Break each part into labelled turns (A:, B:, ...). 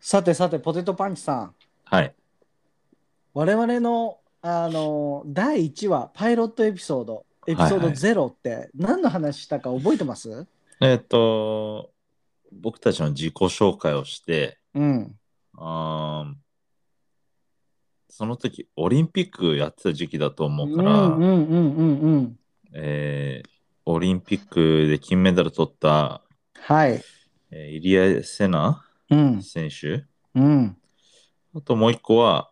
A: さてさて、ポテトパンチさん。
B: はい。
A: 我々の、あのー第1話、パイロットエピソード、エピソー
B: はい
A: ド
B: はい
A: 0って何の話したか覚えてます、
B: えーっと、僕たちの自己紹介をして、
A: うん。
B: あーその時、オリンピックやってた時期だと
A: う
B: 思
A: ん
B: う
A: う
B: か
A: ん
B: ら、
A: うんうんうん。
B: えーオリンピックで金メダル取った、
A: はい。
B: えーイリア・セナ
A: うん。
B: 選手、
A: うん。
B: あともう一個は、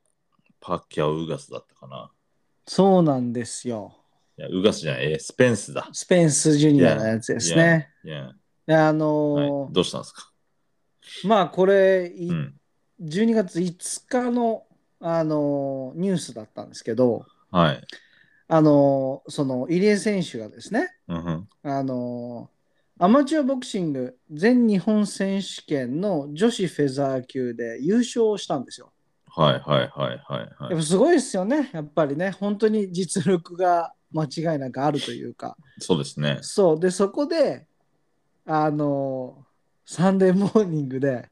B: パッキャオ・ウガスだったかな。
A: そうなんですよ。
B: いや、ウガスじゃない、えースペンスだ。
A: スペンス・ジュニアのやつですね。
B: いや、
A: あ
B: はい
A: のー
B: どうしたんですか
A: まあこれ、い
B: うん。
A: 12月5日の、あのーニュースだったんですけど、
B: はい。
A: あのーその入江選手がですね、
B: うんふん
A: あのーアマチュアボクシング全日本選手権の女子フェザー級で優勝したんですよ。
B: はいはいは
A: や
B: いはい
A: っ
B: はい。
A: ぱすごいですよね、やっぱりね、本当に実力が間違いなくあるというか、
B: そうですね。
A: そう、で、そこで、あのーサンデーモーニングで、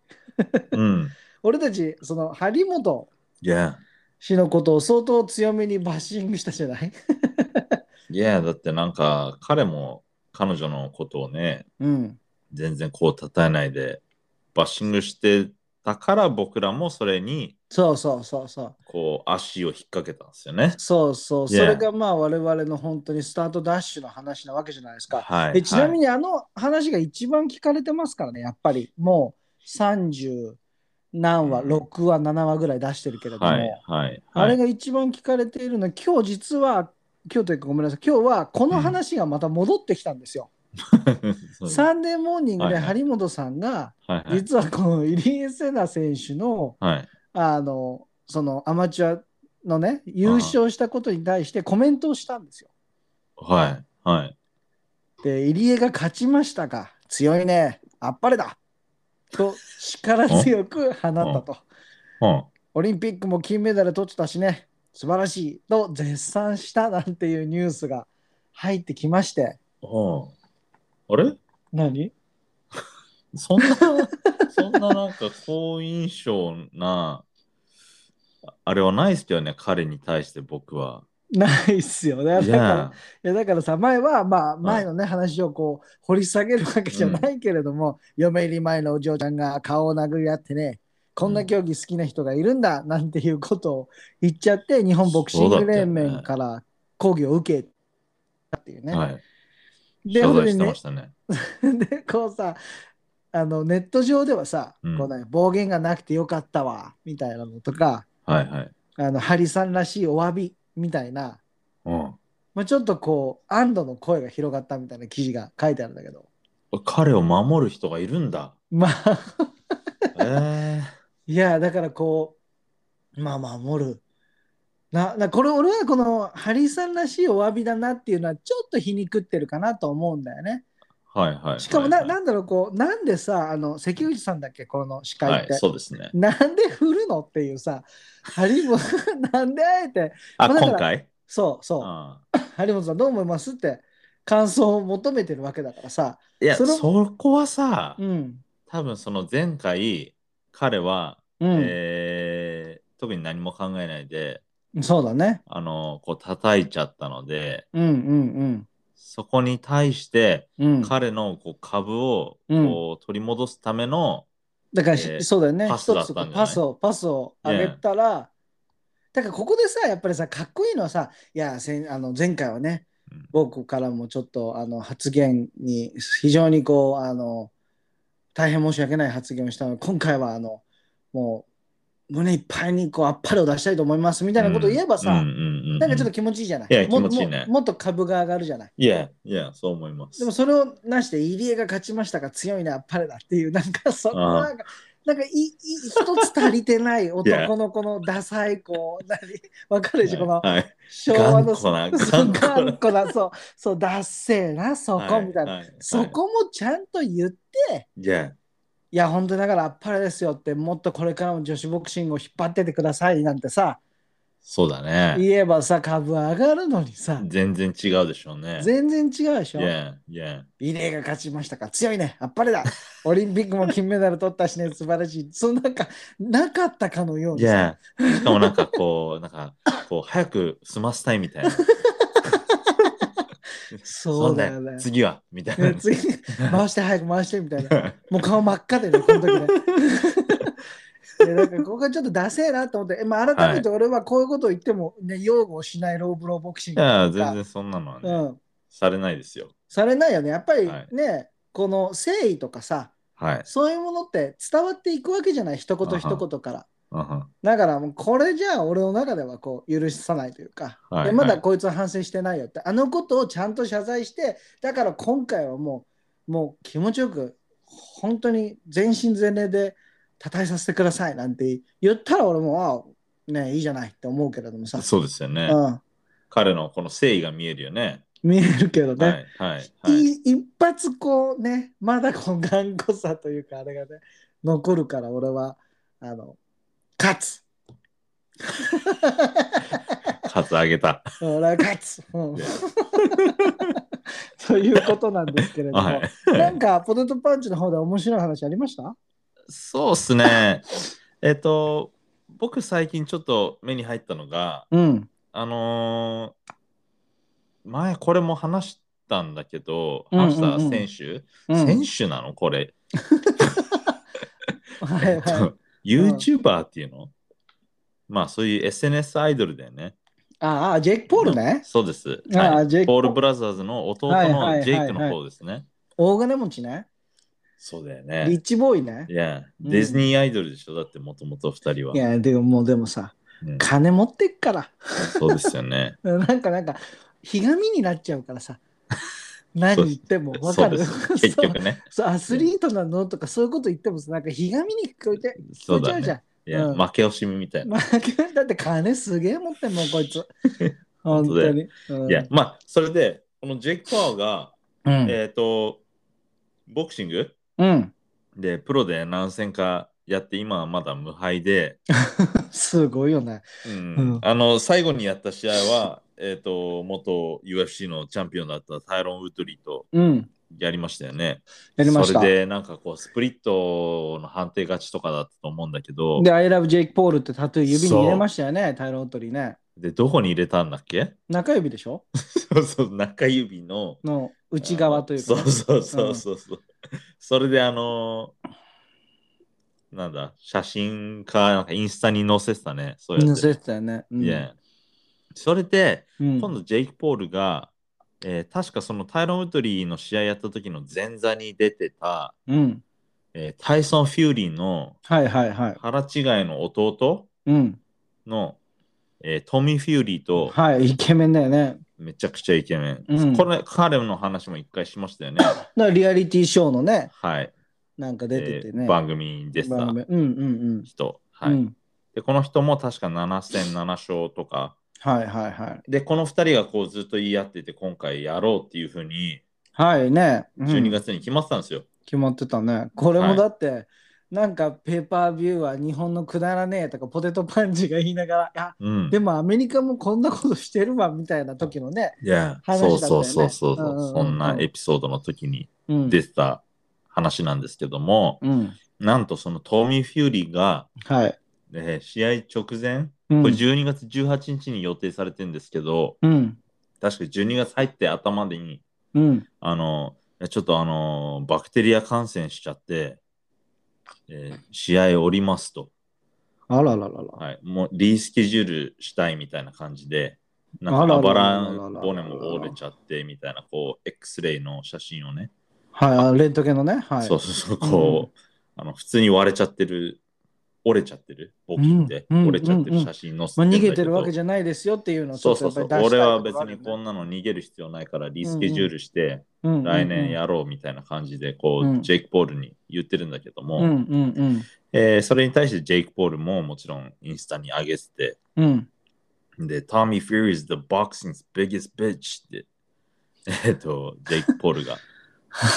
B: うん。
A: 俺たち、その張本
B: いや、
A: 氏のことを相当強めにバッシングしたじゃない
B: いや、だってなんか、彼も彼女のことをね、
A: うん。
B: 全然こう称えないで、バッシングしてたから僕らもそれに、
A: そうそうそうそう。
B: こう、足を引っ掛けたんですよね。
A: そうそう。そ
B: Yeah.
A: れがまあ我々の本当にスタートダッシュの話なわけじゃないですか。
B: はい。
A: でちなみ
B: に、
A: にあの話が一番聞かれてますからね、やっぱりもう30何話、
B: うん
A: 6話、7話ぐらい出してるけれども、
B: はい、はい。
A: あれが
B: が、
A: 一番聞かれているのは、今日実は、今日というかごめんなさい、今日はこの話がまた戻ってきたんですよ。
B: そう
A: サンデーモーニングで
B: はいは
A: 張本さんが、
B: はいはい。
A: 実はこの入江聖奈選手の
B: はい。
A: あのそのアマチュアのね、優勝したことに対してコメントをしたんですよ。
B: はい。はい。
A: で入江が勝ちましたが強いねあっぱれだと力強く放ったと
B: うん
A: オリンピックも金メダル取ってたしね素晴らしいと絶賛したなんていうニュースが入ってきまして
B: うん。あれ
A: 何
B: そん な、そんななんか好印象な、ああれはないですけどね、彼に対して僕は。
A: ないっすよねだ
B: い
A: から
B: や、
A: いやだからさ前はまあ前のね話をこう掘り下げるわけじゃないけれども、嫁入り前のお嬢ちゃんが顔を殴り合ってねこんな競技好きな人がいるんだなんていうことを言っちゃって日本ボクシング連
B: そうだったよ
A: 盟
B: ね
A: から抗議を受けたっていうね。
B: はい。
A: で
B: 謝
A: そ
B: 罪
A: れ
B: して
A: でね
B: ましたね。
A: でこうさあのネット上ではさ、
B: うん
A: こうね、暴言がなくてよかったわみたいなのとか
B: はいはい。
A: あのハリさんらしいお詫びみたいな
B: うん
A: まあ、ちょっとこう安堵の声が広がったみたいな記事が書いてあるんだけど
B: 彼を守る人がいるん だ。
A: まあ
B: えー、
A: いやだからこうまあ守るななこれ俺はこのハリーさんらしいお詫びだなっていうのはちょっと皮肉ってるかなと思うんだよね
B: はいはい。
A: しかもな,、
B: はいはい
A: なんだろうこうなんでさあの関口さんだっけこの司会って、
B: はい、そうですね。
A: なんで振るのっていうさハリも なんであえて
B: あ、
A: まあだから
B: 今回
A: そうそう、
B: あ
A: 張本さんどう思いますって感想を求めてるわけだからさ
B: いや、
A: そ
B: そ
A: の
B: こはさ、
A: うん
B: 多分その前回、彼は、
A: うん、
B: えー特に何も考えないで、
A: そうだね
B: あの、こう叩いちゃったので、
A: うんうん
B: そこに対して、
A: うんうん。
B: 彼のこう株を
A: うん
B: こう取り戻すための、
A: だから、
B: えー
A: そうだよね。
B: パスだったんじゃな
A: 一
B: い
A: つパスを、パスを上げたら、だからここでさ、やっぱりさ、かっこいいのはさ、いや、せんあの前回はね
B: うん、
A: 僕からもちょっとあの発言に非常にこうあの大変申し訳ない発言をしたので今回はあのもう胸いっぱいにこうあっぱれを出したいと思いますみたいなことを言えばさ、
B: うんうんうんうん
A: なんかちょっと気持ちいいじゃない
B: いや
A: も
B: 気持ちいいね
A: ももっと株が上がるじゃない
B: いや、いや、そう思います。
A: でもそれをなして入江が勝ちましたが強いな、パレだっていう、なんかそこ
B: ああ
A: はなんか、なんかいい一つ足りてない男のこのダサいこう、なにわかるでしょ、この
B: はいはい
A: 昭和の
B: 頑固な
A: そう
B: 頑固な
A: 頑固な、そう、そう、ダッセーな、そこみたいな。
B: はは
A: そこもちゃんと言って、
B: いや、
A: いや、本当だからあっぱれですよって、もっとこれからも女子ボクシングを引っ張っててくださいなんてさ、
B: そうだね。
A: 言えばさ、株上がるのにさ、
B: 全然違うでしょうね。
A: 全然違うでしょ。
B: Yeah, yeah.
A: リレーが勝ちましたから強いね、あっぱれ だ。オリンピックも金メダル取ったしね、素晴らしい。そんなんか、なかったかのようにさ。
B: Yeah. しかもなんかこう、 なんかこう、早く済ませたいみたいな。
A: そうだよね
B: そんな次はみたい
A: ね
B: な。
A: 次、 回して早く回してみたいな。もう顔真っ赤でね、この時ね。いやなんかここがちょっとダセえなと思って、えまあ、改めて俺はこういうことを言っても、ね、擁護をしないローブローボクシン
B: い
A: グと
B: や、
A: いうか
B: 全然そんなのはね、
A: うん、
B: されないですよ。
A: されないよね。やっぱり
B: はい
A: ね、この誠意とかさ、
B: はい。
A: そういうものって伝わっていくわけじゃない、一言一言から。
B: うんうん
A: だからもうこれじゃあ俺の中ではこう許さないというか、
B: はい
A: いやま
B: は
A: だ
B: い
A: こいつは反省してないよってあのことをちゃんと謝罪してだから今回はもうもう気持ちよく本当に全身全霊で叩いさせてくださいなんて言ったら俺もああねいいじゃないって思うけれどもさ、
B: そうですよね。
A: うん、
B: 彼のこの誠意が見えるよね。
A: 見えるけどね、
B: はいはいはい。
A: い一発こうねまだこの頑固さというかあれがね残るから俺はあの勝つ
B: カツあげた。
A: 俺は勝つ、うん
B: いや、
A: ということなんですけれども、
B: は
A: なんかポテトパンチの方で面白い話ありました
B: い。そうっすね。えっと、僕最近ちょっと目に入ったのが、
A: うん。
B: あのー前これも話したんだけど、
A: うんうんうん
B: 話した選手、選手なのこれ。
A: はい
B: えっ
A: はい。
B: と YouTuber っていうの、まあそういう SNS アイドルだよね。
A: ああ、ジェイク・ポールね。
B: そうです。
A: あー
B: はい
A: ジェイク
B: ポール・ブラザーズの弟
A: はいはいはいは
B: の
A: い
B: ジェイクの方ですね。
A: 大金持ちね。
B: そうだよ
A: リ
B: ね。
A: ッチボーイね
B: い。や、
A: うん
B: ディズニーアイドルでしょだってもともと2人は。
A: いや、でももうでもさ、
B: うん
A: 金持ってっから。
B: そうですよね。
A: なんかなんか、ひがみになっちゃうから さ。何言ってもわ
B: そ
A: か
B: う
A: る。
B: で
A: そ
B: す。
A: う
B: 結局ね。
A: そうアスリートなのとかそういうこと言ってもさ、なんかひがみに聞こえて、聞こ
B: そう
A: えちゃ
B: だ
A: うじゃん
B: ね。。いや、
A: うん
B: 負け惜しみみたいな。
A: まあ、 だって金すげえ持ってんもん、こい つ。本当に。うん
B: いや、まあ、それで、このジェイク・パワーが、
A: うん。
B: えっ、と、ボクシング
A: うん。
B: でプロで何戦かやって、今はまだ無敗で、
A: すごいよね。
B: うん
A: うん
B: あの最後にやった試合は、 えっと元 UFC のチャンピオンだったタイロン・ウッドリーと
A: うん。
B: やりましたよね。
A: やりました。
B: それ
A: で
B: でなんかこうスプリットの判定勝ちとかだったと思うんだけど、
A: I love Jake Paul ってタトゥー指に入れましたよね、タイロン・トリーね。
B: でどこに入れたんだっけ
A: 中指でしょ
B: そうそう中指の
A: の内側というか
B: そ
A: ね、
B: うそうそうそうそう。それであのーなんだ写真かなんかインスタに載せてたね。そうや
A: 乗
B: って。
A: せてたよね。うん
B: Yeah それで
A: うん
B: 今度ジェイク・ポールが、えー確かそのタイロン・ウッドリーの試合やった時の前座に出てた、
A: うん。
B: えータイソン・フューリーの
A: はいはいはい。
B: 腹違いの弟
A: うん。
B: の、えートミー・フューリーと
A: はい、イケメンだよね。
B: めちゃくちゃイケメン。
A: うん
B: これ彼の話も一回しましたよね。
A: だからリアリティショーのね、
B: はい、
A: なんか出てて
B: え
A: ね。
B: ー番組に出て
A: 番組
B: た
A: うんうん
B: 人。
A: う
B: は
A: ん。
B: い
A: うん
B: でこの人も確か7戦7勝とか。
A: はいはいはい。
B: で、この2人がこうずっと言い合ってて、今回やろうっていうふうに、
A: はいね。うん
B: 12月に決まってたんですよ。
A: 決まってたね。これ
B: は
A: も
B: い
A: だって、なんかペーパービューは日本のくだらねえとかポテトパンチが言いながら、あ
B: うん
A: でもアメリカもこんなことしてるわみたいな時のね、
B: いや、
A: 話だった
B: そ
A: よ
B: う
A: ね
B: そうそうそう、
A: うんうんうんうん
B: そんなエピソードの時に
A: うん、
B: 出てた話なんですけども、
A: うん、
B: なんとそのトミー・フューリーが、
A: はい。
B: えー試合直前、
A: う
B: これ
A: ん、
B: 12月18日に予定されてるんですけど、
A: うん、
B: 確か12月入って頭でに、
A: うん。
B: あの、いやちょっとあの、バクテリア感染しちゃって、えー試合を降りますと、
A: あらららら。
B: はい、もうリスケジュールしたいみたいな感じで、な
A: あ
B: んからあば
A: らららら
B: ら骨も折れちゃってみたいな、こう、X レイの写真をね、
A: はいあ、レントゲンのね。はい。
B: そうそうそう、こう、あの普通に割れちゃってる、折れちゃってる、ボキって、
A: うんうん
B: 折れちゃってる写真載せ
A: まあ、
B: んだ
A: 逃
B: けど
A: げてるわけじゃないですよっていうのを
B: そうそうそう、俺は別にこ
A: ん
B: んなの逃げる必要ないから、リスケジュールして、
A: な
B: 来年やろうみたいな感じで、こう、
A: うん
B: ジェイク・ポールに言ってるんだけども、
A: うんうん
B: えーそれに対してジェイク・ポールももちろんインスタに上げてて、
A: うん。うん。
B: で、Tommy Fury is the boxing's biggest bitch って、 えっと、ジェイク・ポー ルが、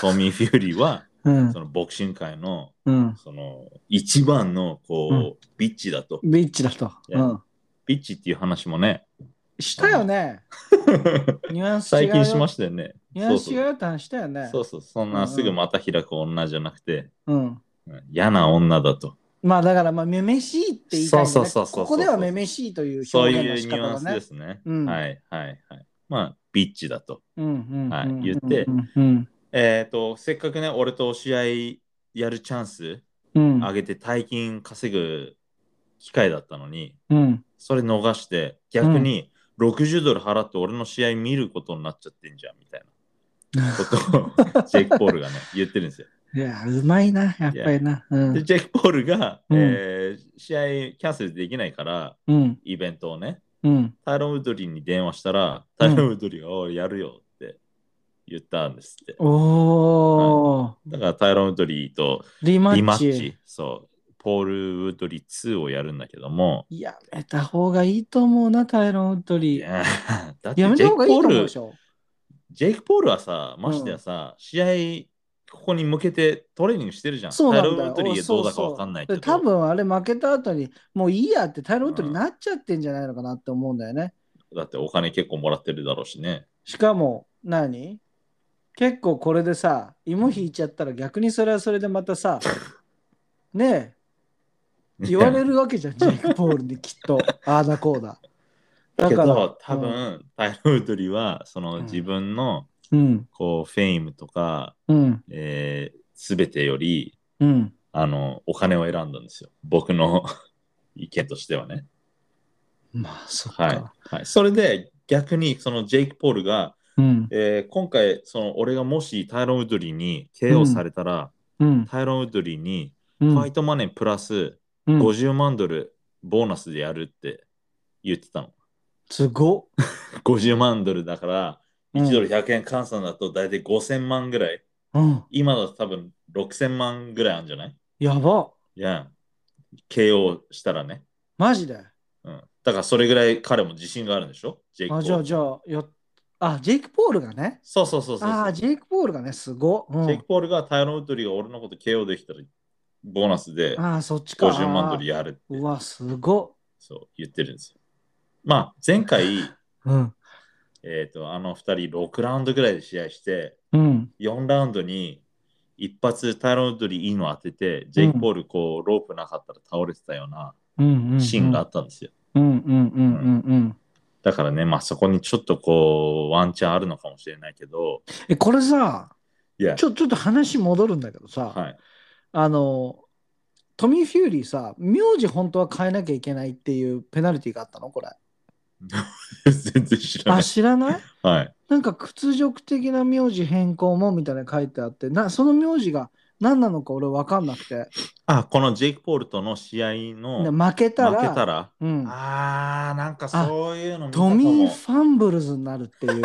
B: トミー・フューリーは、
A: うん
B: そのボクシング界の
A: うん。
B: その一番のこう、ビッチだと。
A: ビッチだと。
B: いや
A: うん。
B: ビッチっていう話も ね、
A: したよね。ニュアンス違う
B: 最
A: よ。
B: 近しましたよね。
A: ニュアンス違うよって話したよね。
B: そうそう、そんなすぐまた開く女じゃなくて、
A: うん。
B: うん嫌な女だと。
A: まあだから、まあ、めめしいって言いたいんだね、
B: そうそうそうそうそう
A: ここではめめしいという
B: そう
A: 表
B: いう
A: 現
B: ニ
A: の仕
B: ュア
A: 方
B: ンス
A: だ
B: で
A: ね。
B: すね。
A: うん
B: はいはいはい。まあ、ビッチだと。
A: うんうんうん
B: はい
A: うん
B: 言って
A: うんうん
B: えっ、と、せっかくね、俺と試合やるチャンス
A: うん
B: 上げて大金稼ぐ機会だったのに、
A: うん
B: それ逃して、逆に60ドル払って俺の試合見ることになっちゃってんじゃんみたいなことを ジェイク・ポールがね、言ってるんですよ。
A: いや、うまいな、やっぱりな。う
B: で、
A: ん。
B: ジェイク・ポールが、
A: うん
B: えー試合キャンセルできないから、
A: うん。
B: イベントをね、
A: うん。
B: タイロン・ウッドリーに電話したら、タイロン・ウッドリーが、おいやるよって言ったんですって。
A: おー、
B: だからタイロン・ウッドリーと
A: リマ
B: リマ
A: ッ
B: ッ
A: チ。
B: チ、そう、ポール・ウッドリー2をやるんだけども、
A: やめた方がいいと思うな、タイロン・ウッド
B: い
A: リー。
B: や だってジ
A: やめ
B: ェイ
A: た方
B: ク・ポ
A: がいいと
B: ー
A: 思う
B: ル
A: で、しょ。
B: ジェイク・ポールはさ、ましてやさ、試合、ここに向けてトレーニングしてるじゃん。
A: そう
B: タ
A: な
B: イロン・
A: ん
B: ウ
A: だよ。
B: ッドリーがどうだ
A: そ
B: か
A: うそう
B: わかんないけど。
A: で多分あれ負けた後に、もういいやってタイロン・ウッドリー
B: うん
A: になっちゃってんじゃないのかなって思うんだよね。
B: だってお金結構もらってるだろうしね。
A: しかも、何結構これでさ、芋引いちゃったら逆にそれはそれでまた さ、ねえ、言われ
B: る
A: るわけじゃん、ジェイク・ポールにきっと、ああだこうだ。だか
B: だ け
A: ら、
B: ど、多分、タイロン・ウッドリーは、その
A: うん
B: 自分の、
A: うん、
B: こう、フェイムとか、
A: うん、
B: えー、すべてより、
A: うん。
B: あの、お金を選んだんですよ。僕の 意見としてはね。
A: まあ、そっか。
B: はい。はい、それで、逆に、そのジェイク・ポールが、
A: うん、
B: えー今回、その俺がもしタイロン・ウッドリーに KO されたら、
A: うん、
B: タイロン・ウッドリーに、
A: う
B: フ
A: ん。
B: ァイトマネープラス
A: うん
B: 50万ドルボーナスでやるって言ってたの。
A: すごっ。
B: 50万ドルだから、
A: うん
B: 1ドル100円換算だと大体5000万ぐらい。
A: うん、
B: 今だと多分6000万ぐらいあるんじゃない
A: やば。
B: いや、KO したらね。
A: マジで。
B: うん。だからそれぐらい彼も自信があるんでしょジェイクポー
A: あ、
B: ル
A: じゃあ、じゃあ、よあ、ジェイク・ポールがね。
B: そうそうそうそう
A: ああ、ジェイク・ポールがね、すごっ。う
B: ジェイク・
A: ん、
B: ポールがタイロン・ウッドリーが俺のこと KO できたらボーナスで
A: ああ、そっちか。
B: 50万ドルやるって
A: うわ、すご
B: そう言ってるんですよ。まあ前 回
A: っ。うん、
B: えー、とあの2人6ラウンドぐらいで試合して
A: うん、
B: 4ラウンドに一発タイロン・ウッドリーいいの当ててジェイク・ポールこうロープなかったら倒れてたような
A: うん、うん。
B: シーンがあったんですよ、
A: うん、うん、うん、うん、うん。
B: だからねまあそこにちょっとこうワンチャンあるのかもしれないけど
A: え、これさ、
B: いや
A: ちょ、ちょっと話戻るんだけどさ、
B: はい
A: あの、トミー・フューリーさ、名字本当は変えなきゃいけないっていうペナルティがあったのこれ。
B: 全然知らな
A: あ、
B: い
A: 知らない
B: はい
A: なんか屈辱的な名字変更もみたいなの書いてあってなその名字が何なのか俺分かんなくて、
B: あこのジェイク・ポールとの試合
A: で
B: の負
A: 負けたら
B: けたら
A: うん、
B: あーなんかそういうの見たか
A: ト
B: も
A: ミー・ファンブルズになるっていう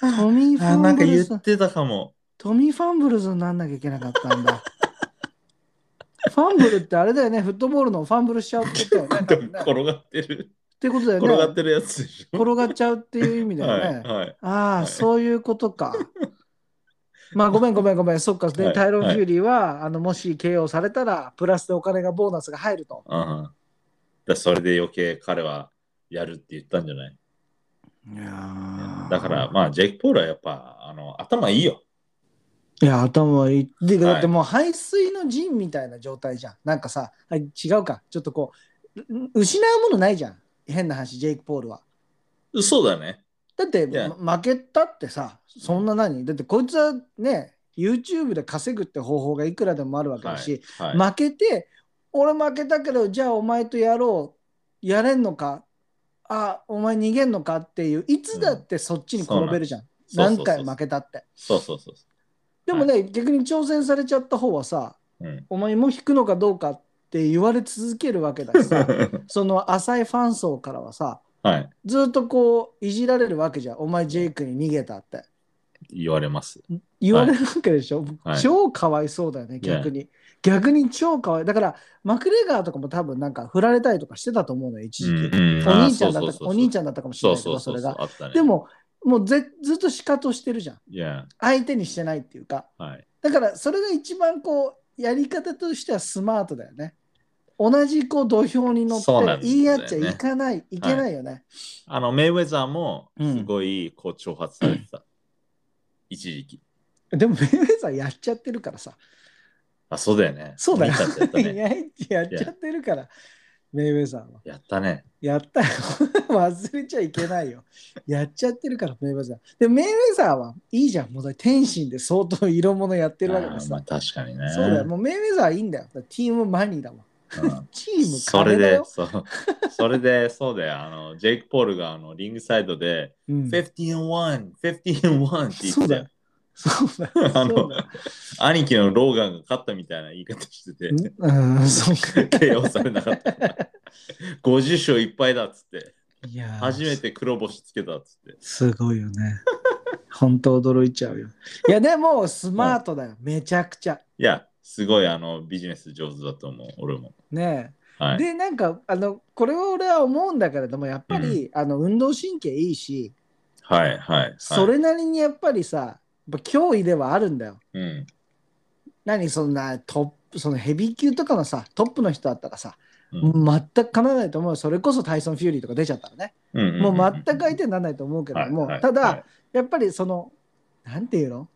A: トミー・フ
B: あー
A: ァ
B: な
A: ン
B: ん
A: ブ
B: か
A: ル
B: 言
A: ズ
B: ってたかも
A: トミー・ファンブルズになんなきゃいけなかったんだ ファンブルってあれだよねフットボールのファンブルしちゃうってことだよね多
B: でも
A: 分ね
B: 転がってる
A: ってことだよね
B: 転がってるやつでしょ
A: 転がっちゃうっていう意味だよね、
B: はいはい
A: ああ、
B: はい
A: そういうことか。まあごめんごめんごめん、そっか、で
B: はい
A: タイロン・フューリーは、あのもし KO されたら、プラスでお金がボーナスが入ると。
B: うんだからそれで余計彼はやるって言ったんじゃないだから、まあ、ジェイク・ポールはやっぱ、あの、頭いいよ。
A: いや、頭いい。で、
B: はい
A: だってもう排水の陣みたいな状態じゃん。なんかさ、あ違うか、ちょっとこう、う失うものないじゃん。変な話、ジェイク・ポールは。
B: そうだね。
A: だって、
B: いや
A: ま負けたってさ、そんな何だってこいつはね、YouTube で稼ぐって方法がいくらでもあるわけだし、
B: はい。
A: 負けて、俺負けたけど、じゃあお前とやろう、やれんのか、あ、お前逃げんのかっていう、いつだってそっちに転べるじゃん。
B: そうそう
A: 何
B: そう
A: 回負けたって。
B: そうそうそうそ
A: でもね、逆に挑戦されちゃった方はさ、
B: う。うん。
A: お前も引くのかどうかって言われ続けるわけだし さ、その浅いファン層からはさ、
B: はい。
A: ずっとこう、いじられるわけじゃん。お前、ジェイクに逃げたって。
B: 言われます。
A: 言われるわけでしょ、
B: はい
A: 超かわいそうだよね逆に、逆に超かわいだからマクレガーとかも多分なんか振られたりとかしてたと思うのよ一
B: う
A: 時期、
B: ん。
A: お兄ちゃんだったかお兄ち
B: ゃん
A: ゃんだったかもしれ
B: そう
A: ないけど
B: そうそ。
A: そうれ
B: そう
A: が
B: あったね。
A: で、ももうぜずっとシカとしてるじゃん
B: いや、
A: 相手にしてないっていうか
B: はい。
A: だからそれが一番こうやり方としてはスマートだよね同じこう土俵に乗って
B: そうなんですよ
A: 言い
B: ね
A: 合っちゃいかない、いけないよね。
B: あの、メイウェザーも、
A: うん
B: すごい、こう、挑発されてた。 一時期。
A: でもメイウェザーやっちゃってるからさ。
B: あ、そうだよね。
A: そうだよ
B: 見たってやっ たね。
A: やっちゃってるから、メイウェザーは。
B: やったね。
A: やったよ。 忘れちゃいけないよ。やっちゃってるから、メイウェザー。で、メイウェザーはいいじゃん。もうだって天心で相当色物やってるわけで
B: あー
A: す
B: まあ、確かにね。
A: そうだよ。もうメイウェザーはいいんだよ。だからチームマニーだもん。
B: うん
A: チーム
B: そ
A: 金
B: れ
A: だ
B: で
A: よ、。
B: そう、 それで、そうだよ。あの、ジェイク・ポールが、あの、リングサイドで、
A: うん
B: 15-1、15-1って言って
A: そうだよ。そうだよ。
B: あ
A: そ
B: の
A: うだよ、
B: 兄貴のローガンが勝ったみたいな言い方してて、
A: うんうん、そうか。
B: KO されなか ったから。50勝1敗だっつって、
A: いやー
B: 初めて黒星つけたっつって。
A: すごいよね。本当驚いちゃうよ。いや、でも、スマートだよ。めちゃくちゃ。
B: いや、すごいあのビジネス上手だと思う、俺も。
A: ねえ。
B: はい。
A: で、なんか、あの、これは俺は思うんだけれども、やっぱり、あの、運動神経いいし、
B: はい、はい。
A: それなりにやっぱりさ、やっぱ脅威ではあるんだよ。
B: はい、うん。
A: 何、そんなトップ、そのヘビー級とかのさ、トップの人だったらさ、
B: うん
A: 全くかなわないと思うよ。それこそタイソン・フューリーとか出ちゃったらね。
B: うんうんうん
A: もう全く相手にならないと思うけれども、
B: はいはい
A: ただ、
B: はい
A: やっぱりその、なんていうの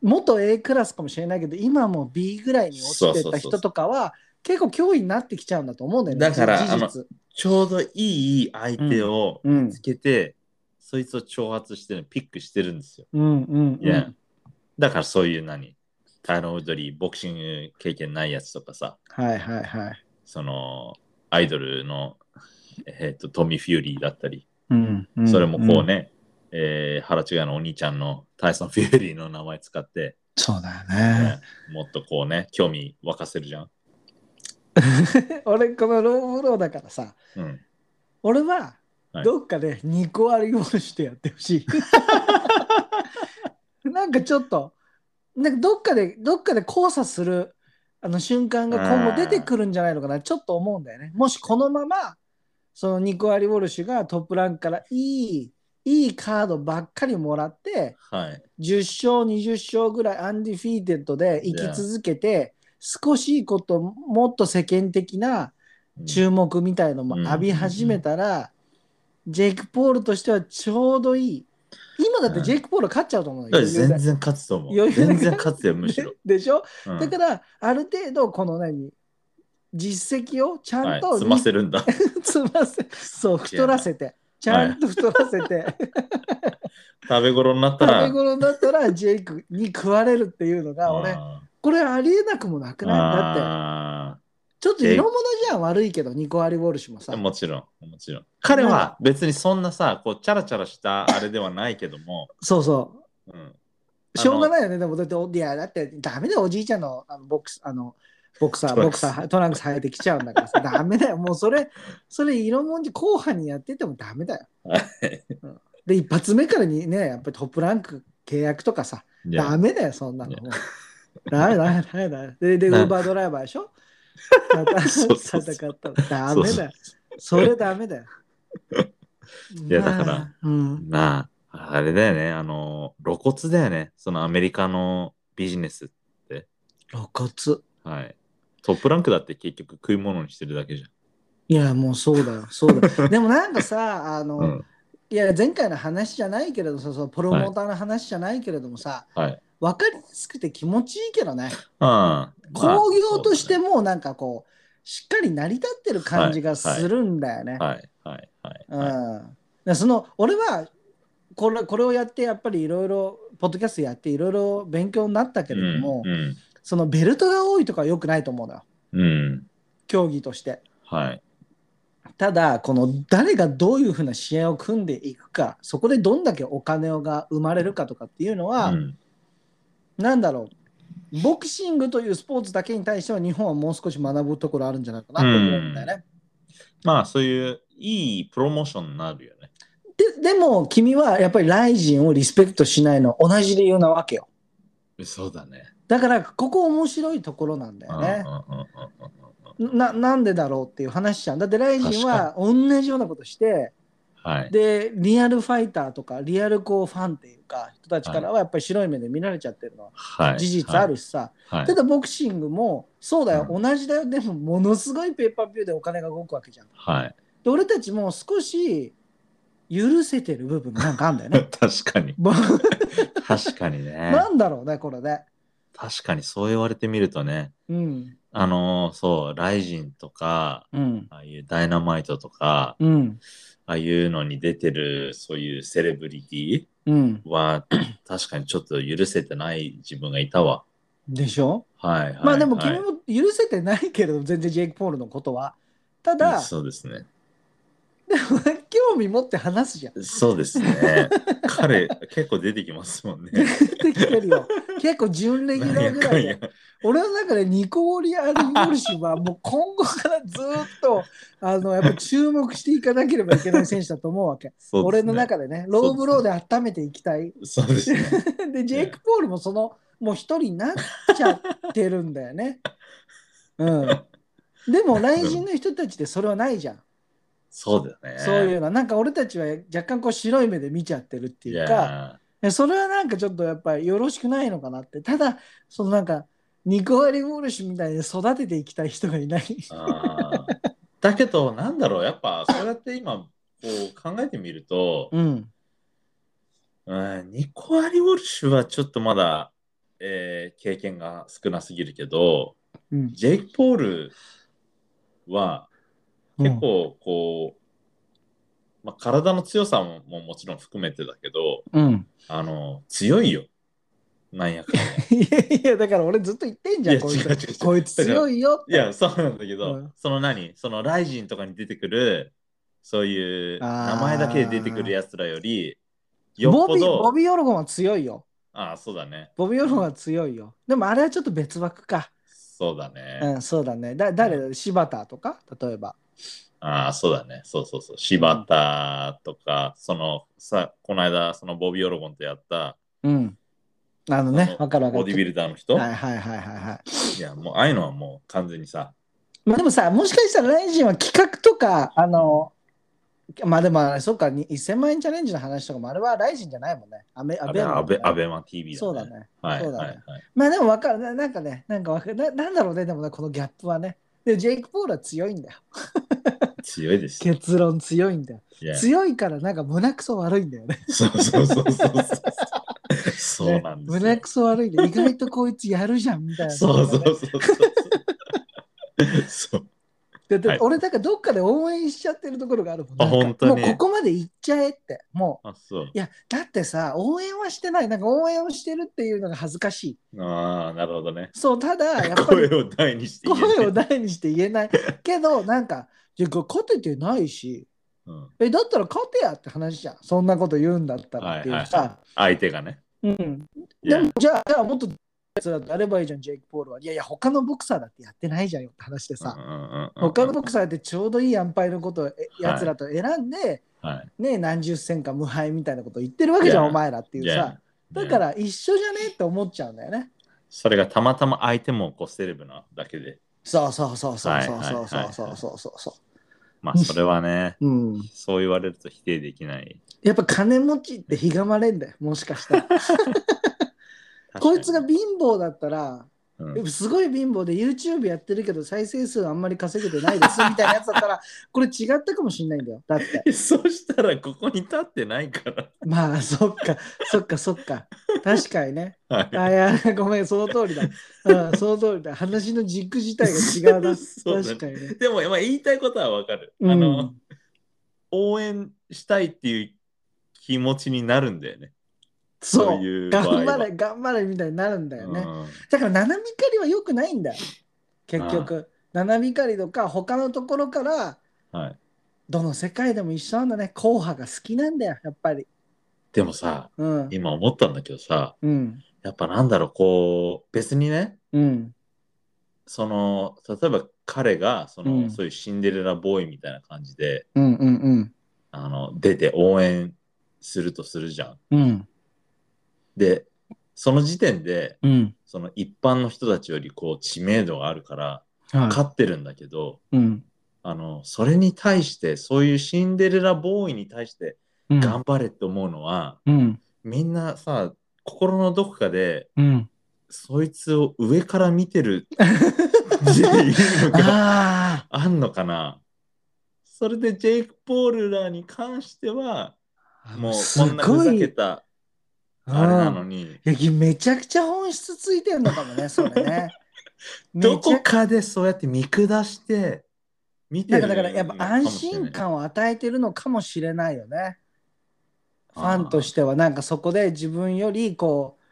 A: 元 A クラスかもしれないけど、今もう B ぐらいに落ちて
B: そうそ
A: た
B: うそうそ
A: 人
B: う
A: とかは、結構脅威になってきちゃうんだと思うんだよね。
B: だから
A: 事実。
B: ちょうどいい相手を
A: うん
B: つけて、そいつを挑発してる、ピックしてるんですよ。
A: うんうん
B: いや、だからそういう何、タイロン・ウッドリー、ボクシング経験ないやつとかさ、
A: はいはいはい。
B: そのアイドルの、えー、とトミー・フューリーだったり、
A: うんうん
B: それもこうんね、えー腹違いのお兄ちゃんのタイソン・フューリーの名前使って、
A: そうだよ
B: ね
A: ね。
B: もっとこうね、興味沸かせるじゃん。
A: 俺、このローブローだからさ、
B: うん、
A: 俺は
B: はい
A: どっかで2個割りをしてやってほし い。なんかちょっと、なんかどっかで、どっかで交差するあの瞬間が今後出てくるんじゃないのかな、ちょっと思うんだよね。もしこのまま、その2個割りウォルシュがトップランクからいい、いいカードばっかりもらって、
B: はい。
A: 10勝、20勝ぐらいアンディフィーテッドで生き続けて、少しいいこと、もっと世間的な
B: うん
A: 注目みたいのも浴び始めたら、ジェイク・ポールとしてはちょうどいい。今だってジェイク・ポール勝っちゃうと思うよ
B: だから
A: 余裕で
B: 全然勝つと思う。
A: 余裕で
B: 全然勝つよ、むし ろ。
A: ででしょ、
B: うん
A: だから、ある程度、この何、実績をちゃ
B: は
A: ん
B: い、
A: と、
B: 済 ませるんだ。
A: つませそう、太らせて、ちゃんと太らせ て、
B: 食べ頃になった
A: 食
B: ら。
A: べ頃だったらジェイクに食われるっていうのが、俺、
B: あ
A: これありえなくもなく
B: ー
A: ないだって、
B: あ
A: ちょっと色物じゃん、悪いけど、ニコアリ・ウォルシュもさ
B: ー。もちろん、もちろん。彼は別にそんなさ、こう、チャラチャラしたあれではないけども、
A: そうそう、
B: うん、
A: しょうが
B: い。
A: ないよね、でもだって、おいや、だって、ダメだよ、おじいちゃんのあのボックス、あの、ボクサー、
B: トラ
A: ボ
B: ン
A: ク
B: クス
A: サー、トランクス履いてきちゃうんだからさ、 ダメだよ、もうそれ、それ、色もんじ、後半にやっててもダメだよ。うんで、一発目からにね、やっぱりトップランク契約とかさ、
B: いや
A: ダメだよ、そんなの
B: いや
A: もう。ダメだ、ダメだ、ダメだ。で、で、ウ
B: な
A: ーバードライバーでしょまた戦
B: そうそうそう
A: ったのダメだよ。それダメだよ。い
B: やだから
A: うん。
B: なあ、あれだよね、あの、露骨だよね、そのアメリカのビジネス。
A: 露骨。
B: はい。トップランクだって結局食い物にしてるだけじ
A: いや、もうそうだよ、そうだ よ。でもなんかさ、あの、
B: ゃん。うん。
A: いや、前回の話じゃないけれどさ、そのプロモーターの話じゃないけれどもさ、
B: はい。
A: わ分かりやすくて気持ちいいけどね、
B: ああ。
A: 興行として
B: も、
A: もうなんかこう、しっかり成り立ってる感じがするんだよね。
B: はい、はい、はい。
A: うん。
B: はい
A: だからその、俺は、これこれをやってやっぱりいろいろポッドキャストやっていろいろ勉強になったけれども、
B: うん、
A: そのベルトが多いとかは良くないと思うのよ
B: うん、うん
A: 競技として
B: はい。
A: ただこの誰がどういうふうな試合を組んでいくかそこでどんだけお金が生まれるかとかっていうのは、
B: うん
A: なんだろうボクシングというスポーツだけに対しては日本はもう少し学ぶところあるんじゃないかなと思うんだよね。
B: まあ、そういう、いいプロモーションになるよね。
A: ででも君はやっぱりライジンをリスペクトしないのは同じ理由なわけよ。
B: そうだね。
A: だからここ面白いところなんだよね。
B: うんうんうんうんうんうん
A: ななんでだろうっていう話じゃん。だってライジンは同じようなことして
B: はい。
A: でリアルファイターとかリアルこうファンっていうか人たちからはやっぱり白い目で見られちゃってるのは
B: はい。
A: 事実あるしさ、
B: はい。
A: ただボクシングもそうだよ、
B: う
A: 同じだよでもものすごいペーパービューでお金が動くわけじゃん。
B: はい。
A: で俺たちも少し許せてる部分がなんかあんだよ ね。
B: 確かに。
A: ぼ
B: 確かにね。
A: なんだろうねこれね。
B: 確かにそう言われてみるとね。
A: うん
B: あのーそう、ライジンとか、
A: うん
B: ああいうダイナマイトとか、
A: うん
B: ああいうのに出てる、そういうセレブリティ
A: うん
B: は、確かにちょっと許せてない自分がいたわ。
A: でしょ、
B: はい、はい。
A: まあでも
B: はい
A: 君も許せてないけれど全然ジェイク・ポールのことは。ただ
B: そうですね。
A: 興味持って話すじゃん。
B: そうです ね。彼、結構出てきますもんね。
A: 出てきてる よ。結構準レギュラーぐ らいで。俺の中でニコリア・リンゴルシュはもう今後からずーっとあのやっぱ注目していかなければいけない選手だと思うわ け。俺の中でね、ローブローで温めていきたい。
B: で。そうですね。
A: でジェイク・ポールもその、もう一人になっちゃってるんだよ ね。うん。でも、来人の人たちでそれはないじゃん。
B: そうだよね。
A: そういうのは。なんか俺たちは若干こう白い目で見ちゃってるって
B: い
A: いうか、
B: や
A: それはなんかちょっとやっぱりよろしくないのかなって。ただ、そのなんか、ニコアリ・ウォルシュみたいに育てていきたい人がいない。
B: ーあーだけど、なんだろう、やっぱ、そうやって今、こう考えてみると、
A: うん。
B: うん、ニコアリ・ウォルシュはちょっとまだ、えー経験が少なすぎるけど、
A: うん、
B: ジェイク・ポールは結構こう、まあ、体の強さもももちろん含めてだけど、
A: うん。
B: あの、強いよ。なんやかん や。
A: いやいや、だから俺ずっと言ってんじゃん、
B: いや
A: こい
B: 違う違う
A: つ。
B: 違う
A: こいつ強いよっ
B: い
A: て。
B: や、そうなんだけど、
A: うん
B: その何そのライジンとかに出てくる、そういう
A: あー
B: 名前だけで出てくるやつらより、よっ
A: ボ
B: ぽ
A: ビーボ
B: ど、
A: ビー・オルゴンは強いよ。
B: ああ、そうだね。
A: ボビー・オルゴンは強いよ。でもあれはちょっと別枠か。
B: そうだ
A: う
B: ね。
A: ん、そうだね。だ誰だ柴田とか例えば。
B: ああ、そうだね。そうそうそう。柴田とか、その、さ、この間、そのボビー・オロゴンとやった、
A: うん。あのね、
B: あの
A: わかるわかる。
B: ボディビルダーの人、
A: はいはいはいはいはい。
B: い、や、もう、ああいうのはもう完全にさ、
A: まあでもさ、もしかしたらライジンは企画とか、あの、まあでもあれ、そっか、に1000万円チャレンジの話とかもあれはライジンじゃないもんね。アベ、ア
B: あ
A: ベ
B: れ、
A: マだ
B: ア
A: ね
B: ベアベマ TV だね。
A: そうだ。ね。
B: はい、
A: そうだ
B: は
A: ね
B: い、はい。
A: まあでもわかるな。なんかね、なんかわかるな。なんだろうね、でもね、このギャップはね。で、ジェイク・ポールは強いんだよ。
B: 強いですよ。
A: 結論強いんだよ。
B: いや
A: 強いからなんか胸くそ悪いんだよね。
B: そうそうそうそうそう。そうなんですよ。
A: ね胸くそ悪いね。意外とこいつやるじゃんみたいな、
B: そうそうそうそうそう。そう
A: でで
B: はい
A: 俺だからどっかで応援しちゃってるところがあるもん
B: あ
A: なんか
B: 本当に
A: もうここまで行っちゃえって。も
B: あ、そう
A: う。。いや、だってさ、応援はしてない。なんか応援をしてるっていうのが恥ずかしい。
B: ああ、なるほどね。
A: そう、ただ、やっぱ
B: 声
A: り
B: を大にして言えない
A: 声を大にして言えない。けど、なんか、いやこれ勝ててないし、
B: うん
A: え、だったら勝てやって話じゃん。そんなこと言うんだったら
B: は
A: っ
B: い
A: てい
B: は
A: う
B: い
A: さ。
B: はい。相手がね。
A: うん。
B: い
A: で
B: や
A: も、じゃあ、じゃあもっと、やつやればいいじゃん、ジェイク・ポールは。いやいや、他のボクサーだってやってないじゃんよって話でさ。
B: うんうんうんうん
A: 他のボクサーってちょうどいい安牌のことをえやつらと選んで、
B: はい
A: ね、何十戦か無敗みたいなこと言ってるわけじゃん、
B: いや
A: お前らっていう
B: いや
A: さ。だか、ら一緒じゃねえって思っちゃうんだよね。
B: それがたまたま相手もこうセレブなだけで、
A: そうそうそうそうそうそう
B: はいはい
A: そう
B: はい
A: そう
B: はい
A: そうそうそ
B: まあそれはね、
A: う。うん。
B: そう言われると否定できない。
A: やっぱ金持ちってひがまれんだよ、もしかしたら。こいつが貧乏だったら、
B: うん、
A: すごい貧乏で YouTube やってるけど再生数あんまり稼げてない ですみたいなやつだったら、これ違ったかもしれないんだよ。だって。
B: そうしたらここに立ってないから。
A: まあ、そっか、そっか、そっか。確かにね。
B: はい
A: あいやごめん、その通りだ。うん、その通りだ。話の軸自体が違うな。
B: そうだね
A: 確かにね。
B: でも、まあ、言いたいことはわかる。
A: うん
B: あの、応援したいっていう気持ちになるんだよね。
A: そう
B: そういう場合
A: 頑
B: は
A: 張れ、頑張れみたいになるんだよね。
B: うん
A: だから、七光りは良くないんだよ。結局。七光りとか、他のところから、
B: はい、
A: どの世界でも一緒なんだね。硬派が好きなんだよ、やっぱり。
B: でもさ、
A: うん。
B: 今思ったんだけどさ、
A: うん。
B: やっぱなんだろう、こう、別にね、
A: うん。
B: その、例えば彼が、その、
A: うん
B: そういうシンデレラボーイみたいな感じで、
A: うん。うん。
B: あの、出て応援するとするじゃん。
A: うん。
B: で、その時点で、
A: うん。
B: その一般の人たちよりこう知名度があるから、
A: は
B: 勝ってるんだけど、
A: い。うん。
B: あの、それに対して、そういうシンデレラボーイに対して
C: うん
B: 頑張れって思うのは、
C: うん
B: みんなさ、心のどこかで、
C: うん
B: そいつを上から見 てるっていうのが
C: あ
B: あんのかなそれでジェイク・ポールらに関しては、
C: あ
B: もう
A: す
B: こ
A: ごい
B: んなふざけたあれなのに、
A: いやめちゃくちゃ本質ついてんのかもね、それ ね。
B: どこ
A: めちゃ
B: かでそうやって見下して、見て
A: なん
B: る
A: かだからやっぱ安心
B: のか
A: 感を与えてるのかもしれないよね。フ
B: あー
A: ァンとしてはなんかそこで自分よりこう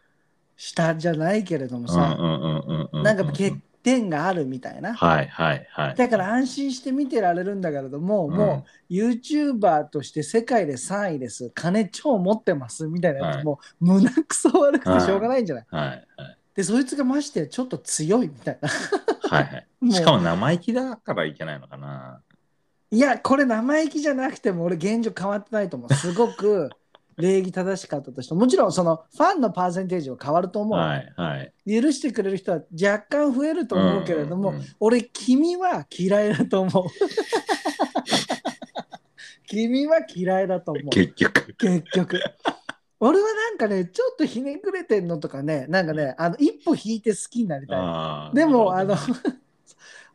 A: 下じゃないけれども
B: もしれない
A: さ、
B: うんうんうんうんうん。
A: なんか欠点があるみたいな。
B: はいはいはい。
A: だから安心して見てられるんだけれども、
B: うん
A: もう YouTuber として世界で3位です金超持ってますみたいなやつ、
B: はい
A: もう胸くそ悪くてしょうがないんじゃない、
B: はいはい
A: でそいつがましてやちょっと強いみたいな
B: はいはい。
A: もう
B: しかも生意気だからいけないのかな。
A: いやこれ生意気じゃなくても俺現状変わってないと思うすごく 礼儀正しかったとしてももちろんそのファンのパーセンテージは変わると思う、
B: はいはい。
A: 許してくれる人は若干増えると思うけれども、
B: うんうんうん
A: 俺君は嫌いだと 思う君は嫌いだと思う
B: 結 局。
A: 結局俺はなんかねちょっとひねくれてんのとかねなんかねあの一歩引いて好きになりたい
B: あー
A: でも、
B: な
A: あ
B: るほど
A: の
B: ね、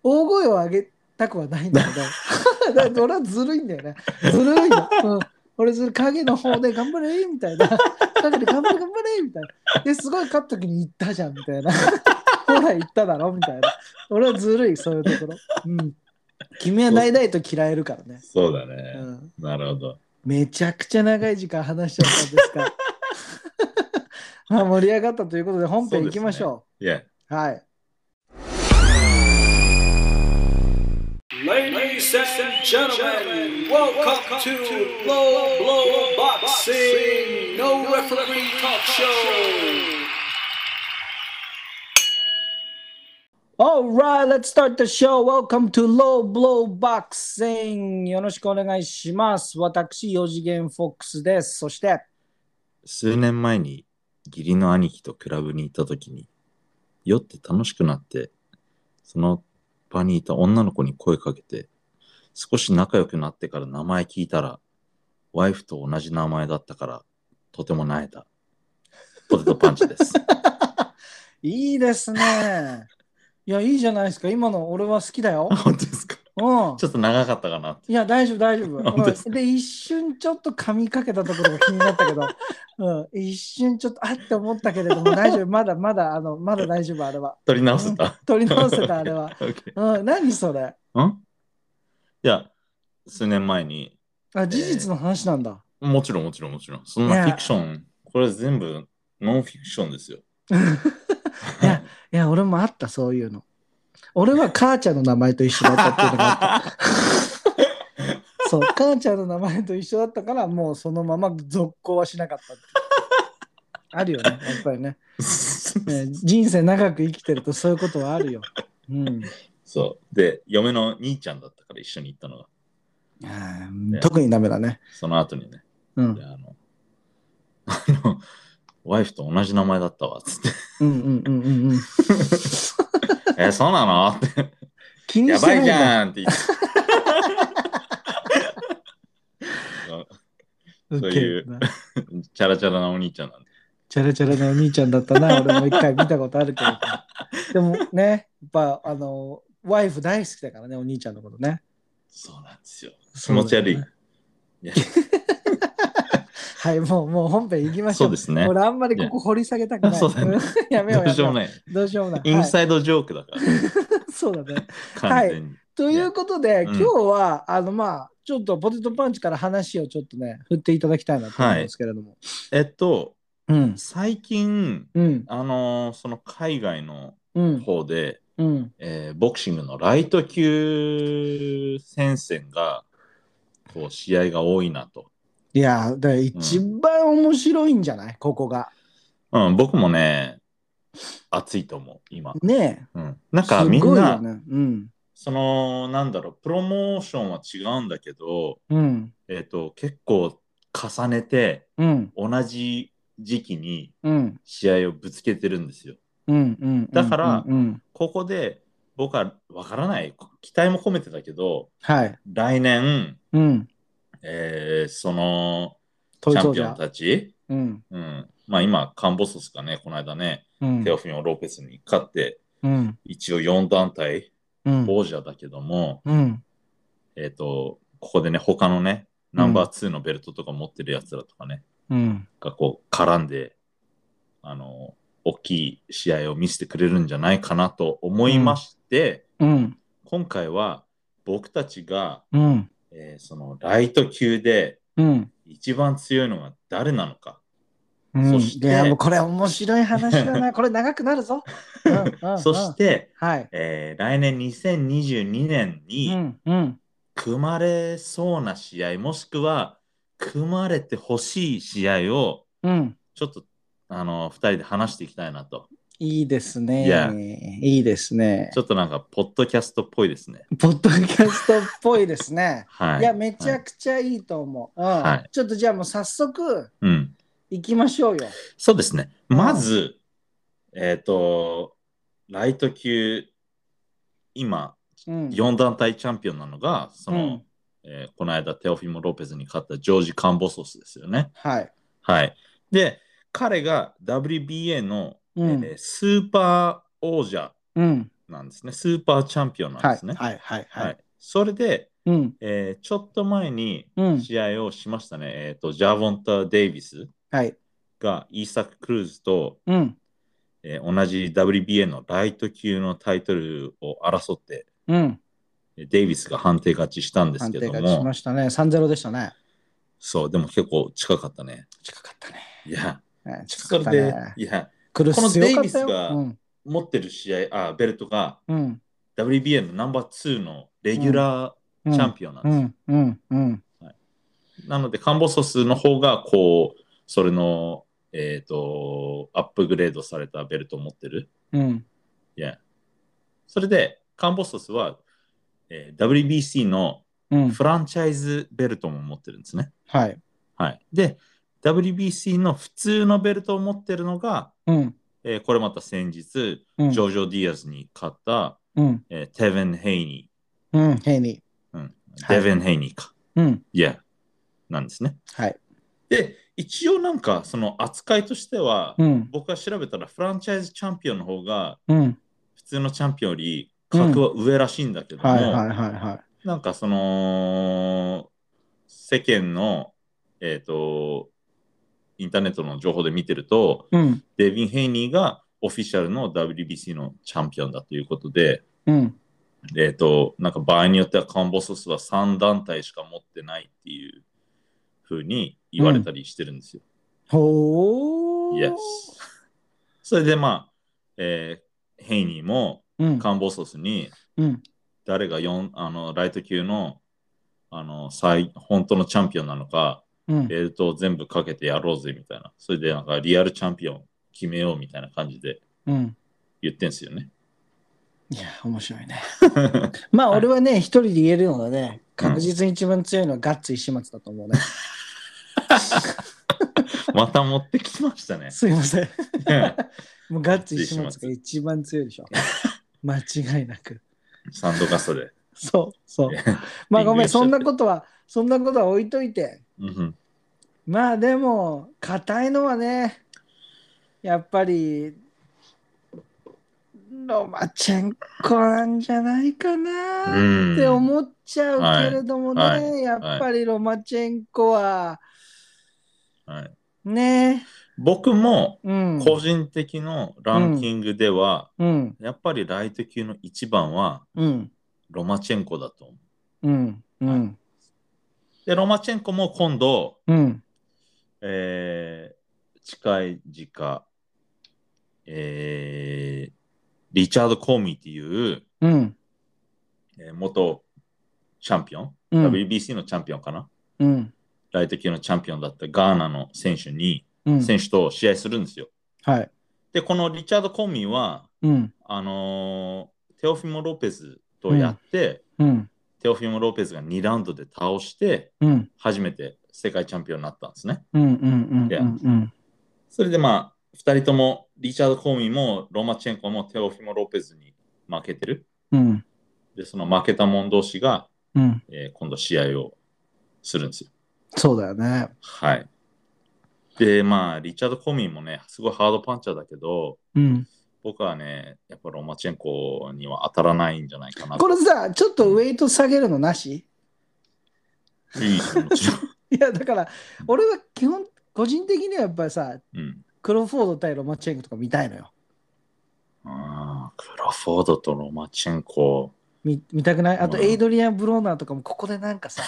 A: 大声を上げたくはないんだけど、 だって俺はずるいんだよね。ずるいの。うん、俺、ずる影の方で頑張れみたいな。影で頑張れ、頑張れみたいな。で、すごい勝った時に行ったじゃんみたいな。 ほら、行っただろみたいな。俺はずるい、そういうところ。うん。君は大々と嫌えるからね。
B: そうだ
A: う
B: ね。
A: ん。
B: なるほど。
A: めちゃくちゃ長い時間話しちゃったんですが。 まあ、盛り上がったということで、本編行きましょ
B: いや、
A: う。はい。
D: Ladies and gentlemen, welcome to Low Blow Boxing No Referee Talk Show.
A: All right, let's start the show. Welcome to Low Blow Boxing. よろしくお願いします。私、四次元フォックスです。そして、
B: 数年前に義理の兄貴とクラブに行った時に、酔って楽しくなって、その場にいた女の子に声かけて、少し仲良くなってから名前聞いたら、ワイフと同じ名前だったから、とてもなえた。ポテトパン チです。
A: いいですね。いや、いいじゃないですか。今の俺は好きだ よ
B: あ。本当ですか
A: うん
B: ち。ょっと長かったかなって。
A: いや、大丈夫、大丈
B: 本当です
A: 夫。うんで、一瞬ちょっと噛みかけたところが気になったけど、うん、一瞬ちょっと、あって思ったけれども、大丈夫。まだまだ、あの、まだ大丈夫、あれは。
B: 取り直せた。
A: 取り直せた、あれは。
B: OK
A: うん、何それ。
B: んいや、数年前に、
A: あ、事実の話なんだ。
B: もちろんもちろんもちろん、そん
A: いや
B: なフィクション、これ全部ノンフィクション ですよ。
A: いや、いや、俺もあった、そういうの。俺は母ちゃんの名前と一緒だったっていうのがあった。そう、母ちゃんの名前と一緒だったから、もうそのまま続行はしなかったっていう。あるよね、やっぱりね。ね人生長く生きてるとそういうことはあるよ。うん、
B: そう。で、嫁の兄ちゃんだったから一緒に行ったのが、
A: あー特にダメだね。
B: その後にね、
A: うん、
B: であの、 あの、ワイフと同じ名前だったわ、つって。
A: うん、うん、うん、うんうん。
B: え、そうなのって。
A: 気に
B: や
A: して
B: ば
A: ない
B: い
A: ん
B: じ
A: だ。
B: ゃんって言って。
A: ウケるな
B: チャラチャラなお兄ちゃんなんで。
A: チャラチャラのお兄ちゃんだったな、俺も一回見たことあるけど。でもね、やっぱあの、ワイフ大好きだからね、お兄ちゃんのことね。
B: そうなんですよ。気持ち悪い
A: そうだよね。はい、もうもう本編行きましょ
B: そう
A: う。
B: ですね。
A: 俺あんまりここ掘り下げたくない。
B: ねそうだよね
A: やめよう
B: ど
A: や
B: うし
A: めよう。
B: ようもない。
A: どうしようもない。
B: イン
A: はい
B: サイドジョークだから、
A: そうだね。
B: 完全に。
A: ということで、
B: うん
A: 今日は、あの、まあ、ちょっとポテトパンチから話をちょっとね、振っていただきたいなと思うんですけれども。
B: えっと、
A: うん。
B: 最近、
A: うん。
B: あのーその海外の
A: うん。
B: 方で、
A: うん。
B: えーボクシングのライト級戦線が、こう、試合が多いなと。
A: いや、だから一番面白いんじゃないここが。
B: うん、僕もね、熱いと思う、今。
A: ね
B: うん、なん
A: え。
B: か
A: す
B: みん
A: ごいよ
B: な、
A: ね。うん。
B: その、なんだろう、プロモーションは違うんだけど、
A: うん。
B: えっと、結構重ねて、
A: うん。
B: 同じ時期に
A: うん。
B: 試合をぶつけてるんですよ。
A: うん。うん。
B: だから
A: うん。
B: ここで僕はわからない。期待も込めてたけど、
A: はい。
B: 来年、
A: うん。
B: えーそのチ
A: トイ
B: ャ
A: ソ
B: ン
A: ー
B: ピ
A: ジ
B: オン
A: ャー。
B: たち、
A: うん。
B: うん、まあ今、カンボソスがね、この間ね、
A: うん
B: テ。オフィオ・ロペスに勝って、
A: うん。
B: 一応4団体
A: うん。
B: 王者だけども、
A: うん。
B: えっ、と、ここでね、他のね、ナンバー2のベルトとか持ってるやつらとかね、
A: うん。
B: がこう絡んで、あの、大きい試合を見せてくれるんじゃないかなと思いまして、
A: うん。
B: 今回は僕たちが、
A: うん。
B: えーそのライト級で
A: うん。
B: 一番強いのが誰なのか、
A: うん
B: そして
A: いや、もうこれ面白い話だ な。これ長くなるぞ。うんうんうん
B: そして、
A: はい。
B: えー来年2022年
A: う
B: に
A: ん。うん。
B: 組まれそうな試合、もしくは組まれてほしい試合を
A: うん。
B: ちょっと、あの、二人で話していきたいなと。
A: いいです
B: いや
A: ね。いいですね
B: ち。ょっとなんか、ポッドキャストっぽいですね。。
A: ポッドキャストっぽいですね
B: はい。
A: いや、めちゃくちゃいいと思う。うん
B: はい
A: ちょっとじゃあもう早速
B: うん。
A: 行きましょうよ。
B: そうですね。まず、えっ、と、ライト級、今、
A: うん。
B: 4団体チャンピオンなのが、その、
A: うん
B: えーこの間、テオフィモ・ロペスに勝ったジョージ・カンボソスですよね。
A: はい。
B: はい。で、彼が WBA の、
A: うん
B: えースーパー王者
A: うん。
B: なんですね。スーパーチャンピオンなん
A: は
B: で
A: い。
B: すね。
A: はい。はい。
B: は
A: はいい。
B: それで、
A: うん。
B: えーちょっと前に
A: うん
B: 試合をしましたね。えっ、と、ジャーボンタ・デイビス
A: はい。
B: がイーサク・クルーズと、
A: うん。
B: えー同じ WBA のライト級のタイトルを争って、
A: うん。
B: デイビスが判定勝ちしたんです
A: 判
B: け
A: 定
B: ど
A: 勝ち
B: も
A: ま、したね。3-0でしたね。
B: そう、でも結構近かったね。
A: 近かったね。
B: いや、
A: うん
B: そ
A: 近か
B: れ
A: った
B: で
A: ね、。
B: いや、
A: 苦し
B: この
A: 強か
B: デイビ
A: っ
B: ス
A: た
B: が
A: よ。うん。
B: 持ってる試合、あ、ベルトが
A: うん。
B: WBA のナンバー2のレギュラ
A: う
B: ー
A: ん
B: チャンピオンなん
A: う
B: です。
A: ん。うん。うん。
B: なので、カンボソスの方が、こう、それの、えっ、と、アップグレードされたベルトを持ってる。
A: うん。
B: いや。それで、カンボソスは、えー WBC の
A: うん。
B: フランチャイズベルトも持ってるんですね。
A: はい。
B: はい。で、WBC の普通のベルトを持ってるのが、
A: うん。
B: えーこれまた先日、
A: うん。
B: ジョージョ・ディアスに勝った、
A: うん。
B: えーテヴィン・ヘイニ
A: うん。ヘイニ
B: ー。うん。
A: はい
B: デヴィン・ヘイニーか。
A: ー。うん。
B: いや。なんですね。
A: はい。
B: で、一応なんか、その扱いとしては、
A: うん。
B: 僕が調べたら、フランチャイズチャンピオンの方が、
A: うん。
B: 普通のチャンピオンより格は上らしいんだけども、
A: はい。はい。はい。はい。
B: なんかその、世間の、えっ、と、インターネットの情報で見てると、
A: うん。
B: デビン・ヘイニーがオフィシャルの WBC のチャンピオンだということで、
A: うん。
B: えっ、と、なんか場合によってはカンボソスは3団体しか持ってないっていうふうに言われたりしてるんですよ。
A: ほー。
B: Yes。それでまあ、えーヘイニーも
A: うん。
B: カンボソスに
A: うん。
B: 誰が四あのライト級のあの最本当のチャンピオンなのか、
A: うん。
B: ベルトを全部かけてやろうぜみたいな。それでなんかリアルチャンピオン決めようみたいな感じで
A: うん。
B: 言ってんすよ ね。
A: いや、面白 いね。まあ、俺はね、一人で言えるのはね、確実に一番強いのはガッツ石松だと思うね。
B: また持ってき ましたね。
A: すいま せん。
B: サ
A: もうガッツ石松が一番強いでしょ。間違いなく。
B: ンドガストで。
A: そうそう。まあご
B: リング
A: めん、
B: やっちゃっ
A: そ
B: て
A: んなことは、そんなことは置いといて。
B: うん
A: まあでも、硬いのはね、やっぱり、ロマチェンコなんじゃないか
B: う
A: なっ
B: ん
A: て思っちゃうけれどもね、
B: はいは
A: やっぱりロマチェンコは、
B: はい、
A: ね、
B: 僕も
A: うん。
B: 個人的のランキングでは、
A: うん、
B: やっぱりライト級の一番は
A: うん、
B: ロマチェンコだと思う。
A: うん、うん、
B: で、ロマチェンコも今度、
A: うん、
B: えー近い時間、えーリチャード・コーミーっていう、
A: うん、
B: えー元チャンピオン、
A: うん、
B: WBC のチャンピオンかな、
A: うん、
B: ライト級のチャンピオンだったガーナの選手に、
A: うん、
B: 選手と試合するんですよ。
A: はい、
B: で、このリチャード・コーミーは、
A: うん、
B: あのーテオフィモ・ロペスとやって、
A: うん、
B: テオフィモ・ロペスが2ラウンドで倒して、
A: うん、
B: 初めて世界チャンピオンになったんですね。
A: うん、うん、うん、
B: Yeah.
A: うん、
B: それでまあ、2人とも、リチャード・コーミーもロマチェンコもテオフィモ・ロペスに負けてる。
A: うん。
B: で、その負けた者同士が、
A: うん。
B: えー今度試合をするんですよ。
A: そうだよね。
B: はい。で、まあ、リチャード・コミンもね、すごいハードパンチャーだけど、
A: うん。
B: 僕はね、やっぱロマチェンコには当たらないんじゃないかな
A: これさ、ちょっとウェイト下げるのなし
B: いいですよもちろん。
A: いや、だから、俺は基本、個人的にはやっぱりさ、
B: うん。
A: クロフォード対ロマチェンコとか見たいのよ。
B: あークロフォードとロマチェンコ。
A: 見見たくないあと、
B: うん
A: エイドリアン・ブローナーとかもここでなんかさ、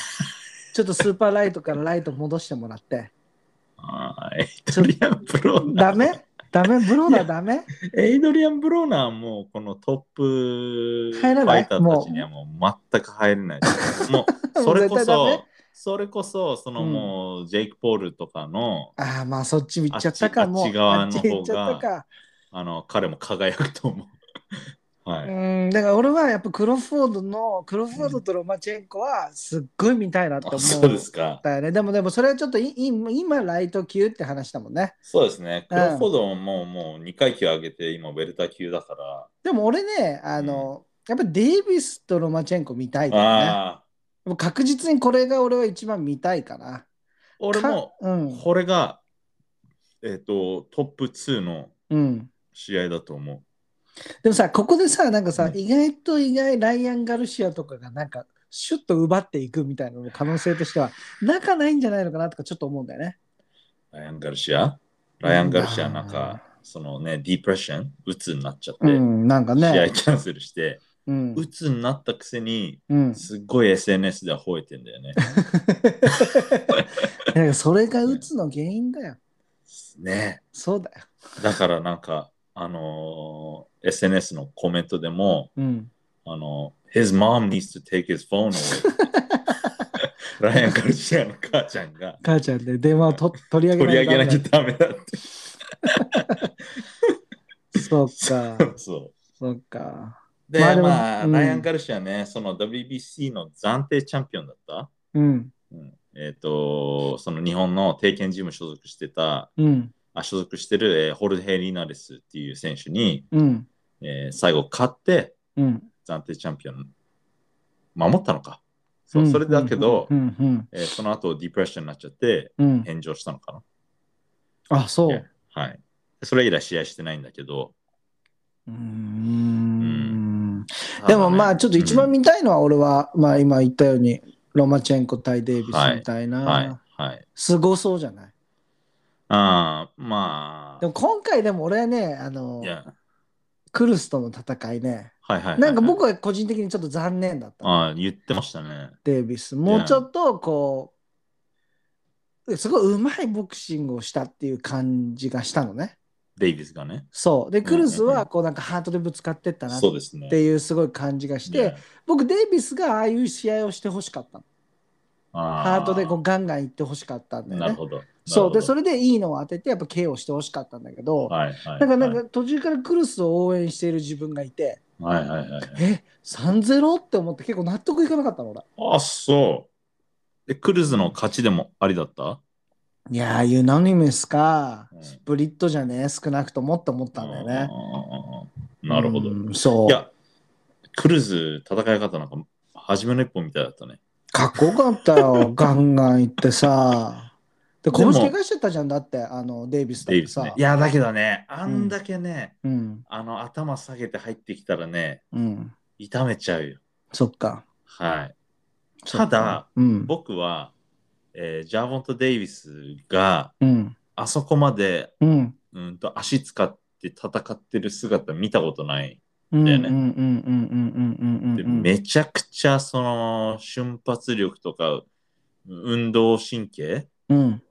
A: ちょっとスーパーライトからライト戻してもらって。
B: あーエイドリアン・ブローナー。
A: ダメダメブローナーダメ
B: エイドリアン・ブローナーもこのトップフ
A: 入ら
B: ァ
A: ない
B: イターたちにはもう全く入れない。もうそれ
A: も
B: こ
A: う絶対ダメ
B: そ、それこそ、そのもうジェイク・ポールとかの、
A: ああ、まあそっち行っちゃった
B: あ
A: か、
B: っち
A: もう。
B: あっち側
A: あっ
B: の方が
A: ち行っちゃったか。
B: あの彼も輝くと思う。 はい。
A: うん、だから俺はやっぱクロフォードの、クロフォードとロマチェンコはすっごい見たいなって
B: あ
A: 思う。
B: そうですか。
A: だよね。でもでもそれはちょっといい今ライト級って話だもんね。
B: そうですね。
A: う
B: ク
A: ん
B: ロフォードももうもう2階級上げて、今、ウェルター級だか
A: でも俺ね、あの、やっぱデイビスとロマチェンコ見たい
B: ら。
A: だよね。
B: ああ、
A: もう確実にこれが俺は一番見たいかな。
B: 俺も
A: かうん。
B: これが、えっ、と、トップ2の
A: うん。
B: 試合だと思う。
A: でもさ、ここでさ、なんかさ、
B: うん
A: 意外と意外、ライアン・ガルシアとかがなんか、シュッと奪っていくみたいなのも可能性としては、なかないんじゃないのかなとかちょっと思うんだよね。
B: ライアン・ガルシアライアン・ガルシアなん
A: うん
B: か、そのね、ディプレッション、鬱になっちゃって、
A: うん、なんか
B: 試
A: ね
B: 合。キャンセルして、
A: うん。
B: 鬱になったくせに、
A: うん。
B: すっごい SNS では吠えてんだ よね。
A: だからそれがうつの原因だよ。
B: ね。
A: そうだよ。
B: だからなんか、あのー SNS のコメントでも、
A: うん。
B: あの、His mom needs to take his phone away. ライアン・ガルシアの母ちゃんが
A: 母ちゃんで電話をと取り上
B: 取
A: げ
B: り
A: ない
B: 上げなきゃ
A: と
B: ダメだって。
A: そうか。
B: そう。
A: そうか。
B: で、
A: ま
B: ま
A: あ
B: あ、
A: でもうん
B: ライアン・ガルシアね、その WBC の暫定チャンピオンだった、
A: うん。
B: うんえっ、と、その日本の定見ジム所属してた、
A: うん。
B: あ所属してる、えーホルヘリナレスっていう選手に、
A: うん。
B: えー最後勝って
A: うん。
B: 暫定チャンピオン守ったのか。そうそれだけど、
A: うん。うん。
B: えーその後ディプレッションになっちゃって
A: うん。うん
B: 炎上したのかな。
A: あ、そう。
B: はい。それ以来試合してないんだけど。
A: うーん。でもまあちょっと一番見たいのは俺は、まあ今言ったようにロマチェンコ対デイビスみたいな、
B: うんはい。はい。
A: すごそうじゃない
B: ああ、まあ。
A: でも今回でも俺はねあの
B: いや、
A: クルスとの戦いね
B: はいはいはいはい。
A: なんか僕は個人的にちょっと残念だったの、
B: ああ、言ってましたね。
A: デイビスもうちょっとこうすごい上手いボクシングをしたっていう感じがしたのね
B: デイビスがね。
A: そうでクルス
B: うんうんう
A: は
B: ん
A: こうなんかハートでぶつかってったなっ
B: そうですね。
A: ていうすごい感じがして、
B: ね
A: 僕デイビスがああいう試合をしてほしかったの
B: ああ
A: ハートでこうガンガンいってほしかったんだよね
B: なるほど。
A: そうでそ
B: れ
A: れでいいのを当ててやっぱ KO してほしかったんだけど、
B: はいはい。
A: なんかなんか途中からクルスを応援している自分がいて、
B: はいはいはい。
A: え3-0って思って結構納得いかなかったの俺
B: あ、そう。で、クルーズの勝ちでもありだった
A: いやーユナニメスか、
B: うん
A: スプリットじゃねえ少なくともって思ったんだよね
B: ああああなるほど。
A: うん
B: い
A: そう
B: や、クルーズ戦い方なんか、初めの一本みたいだったね。
A: かっこよかったよガンガンいってさで
B: で
A: 拳
B: も
A: 怪我しちゃったじゃんだってあのデイビスだっ
B: デ
A: て
B: イビス
A: さ
B: ね。いや、だけどね、あんだけね、
A: うん
B: あの、頭下げて入ってきたらね、
A: うん
B: 痛めちゃうよ。
A: そっか
B: はい。
A: そ
B: た
A: っか
B: だ、
A: うん
B: 僕は、えージャーボント・デイビスが
A: うん
B: あそこまで、
A: うん
B: うん、と足使って戦ってる姿見たことない。
A: うん
B: だよね
A: うんうんうんうんうんうんうん
B: でめちゃくちゃその瞬発力とか運動神経
A: うん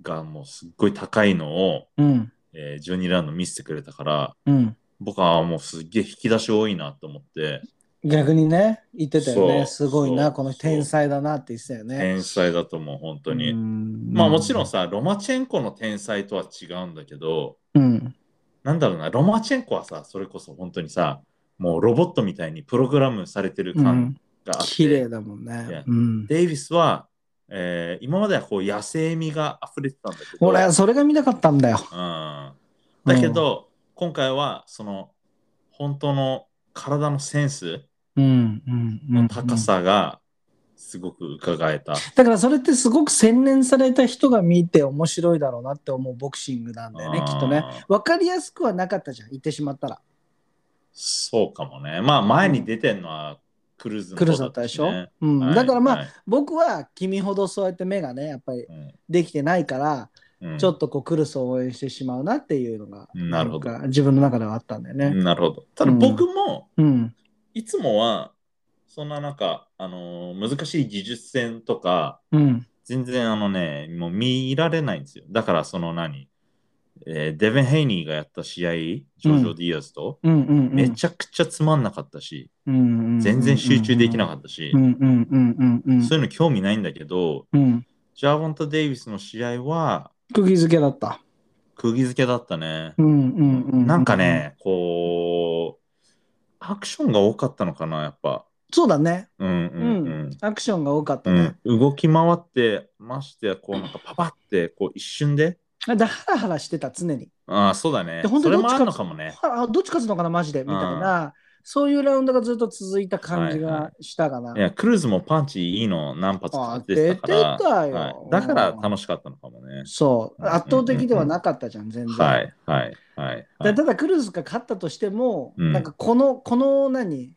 B: がもうすっごい高いのを、
A: うん
B: えー、12ラウンド見せてくれたから
A: うん
B: 僕はもうすっげえ引き出し多いなと思って
A: 逆にね言ってたよね
B: そ
A: す
B: う
A: ごい
B: そ
A: な
B: う
A: この天才だなって言ってたよね
B: 天才だと思う本当に。
A: うん
B: まあもちろんさロマチェンコの天才とは違うんだけど
A: うん
B: なんだろうなロマチェンコはさそれこそ本当にさもうロボットみたいにプログラムされてる
A: うん
B: 感があって、
A: 綺麗だもんね
B: Yeah
A: うん
B: デイビスは、えー今まではこう野生味が溢れてたんだけど、
A: 俺はそれが見たかったんだよ
B: うん、だけど、今回はその本当の体のセンス
A: うんうんうんうん
B: の高さがすごく伺えた。
A: だからそれってすごく洗練された人が見て面白いだろうなって思うボクシングなんだよね
B: あー
A: きっとね分かりやすくはなかったじゃん言ってしまったら
B: そうかもね。まあ前に出てんのはクルーズの
A: ク
B: 方
A: ルー
B: だ
A: ズだったでしょ、
B: ね
A: うん
B: はい
A: だからまあ、
B: はい
A: 僕は君ほどそうやって目がねやっぱり
B: うん
A: できてないから、
B: うん
A: ちょっとこうクルスを応援してしまうなっていうのが
B: なるほど
A: んか自分の中ではあったんだよね。
B: なるほど。ただ僕も
A: うん
B: いつもはそんななんか、あのー難しい技術戦とか
A: うん
B: 全然あのねもう見られないんですよ。だからその何、えーデベン・ヘイニーがやった試合ジョジョ・ディアスと、
A: うんうんうん
B: めちゃくちゃつまんなかったし、
A: うんうんうん
B: 全然集中できなか
A: っ
B: ったし、
A: たうんうんうんうんうん
B: そういうの興味ないんだけど、
A: うん
B: ジャーボント・デイビスの試合は
A: 釘付けだった。
B: 釘付けだったね。
A: うんうんうん、
B: なんかね、こう、アクションが多かったのかな、やっぱ。
A: そうだね
B: うんうんうん。
A: アクションが多かった
B: う
A: ね
B: ん、、動き回ってましてやこうなんかパパってこう一瞬で
A: だからハラハラしてた常に
B: ああそうだね
A: で本当に
B: それ
A: どっ
B: も
A: ち
B: あ
A: か
B: る
A: っ
B: の
A: つ
B: かもね
A: あどっち勝つのかなマジでみたいなそういうラウンドがずっと続いた感じ
B: はい
A: が
B: は
A: したかな、
B: いやクルーズもパンチいいの何発か
A: あ
B: 出てたから
A: 出てたよ
B: はい、だから楽しかったのかもね
A: そう
B: うん
A: 圧倒的ではなかったじゃん全然、
B: はいはいはいは
A: だ
B: い
A: ただクルーズが勝ったとしても、
B: うん
A: なんかこのこの何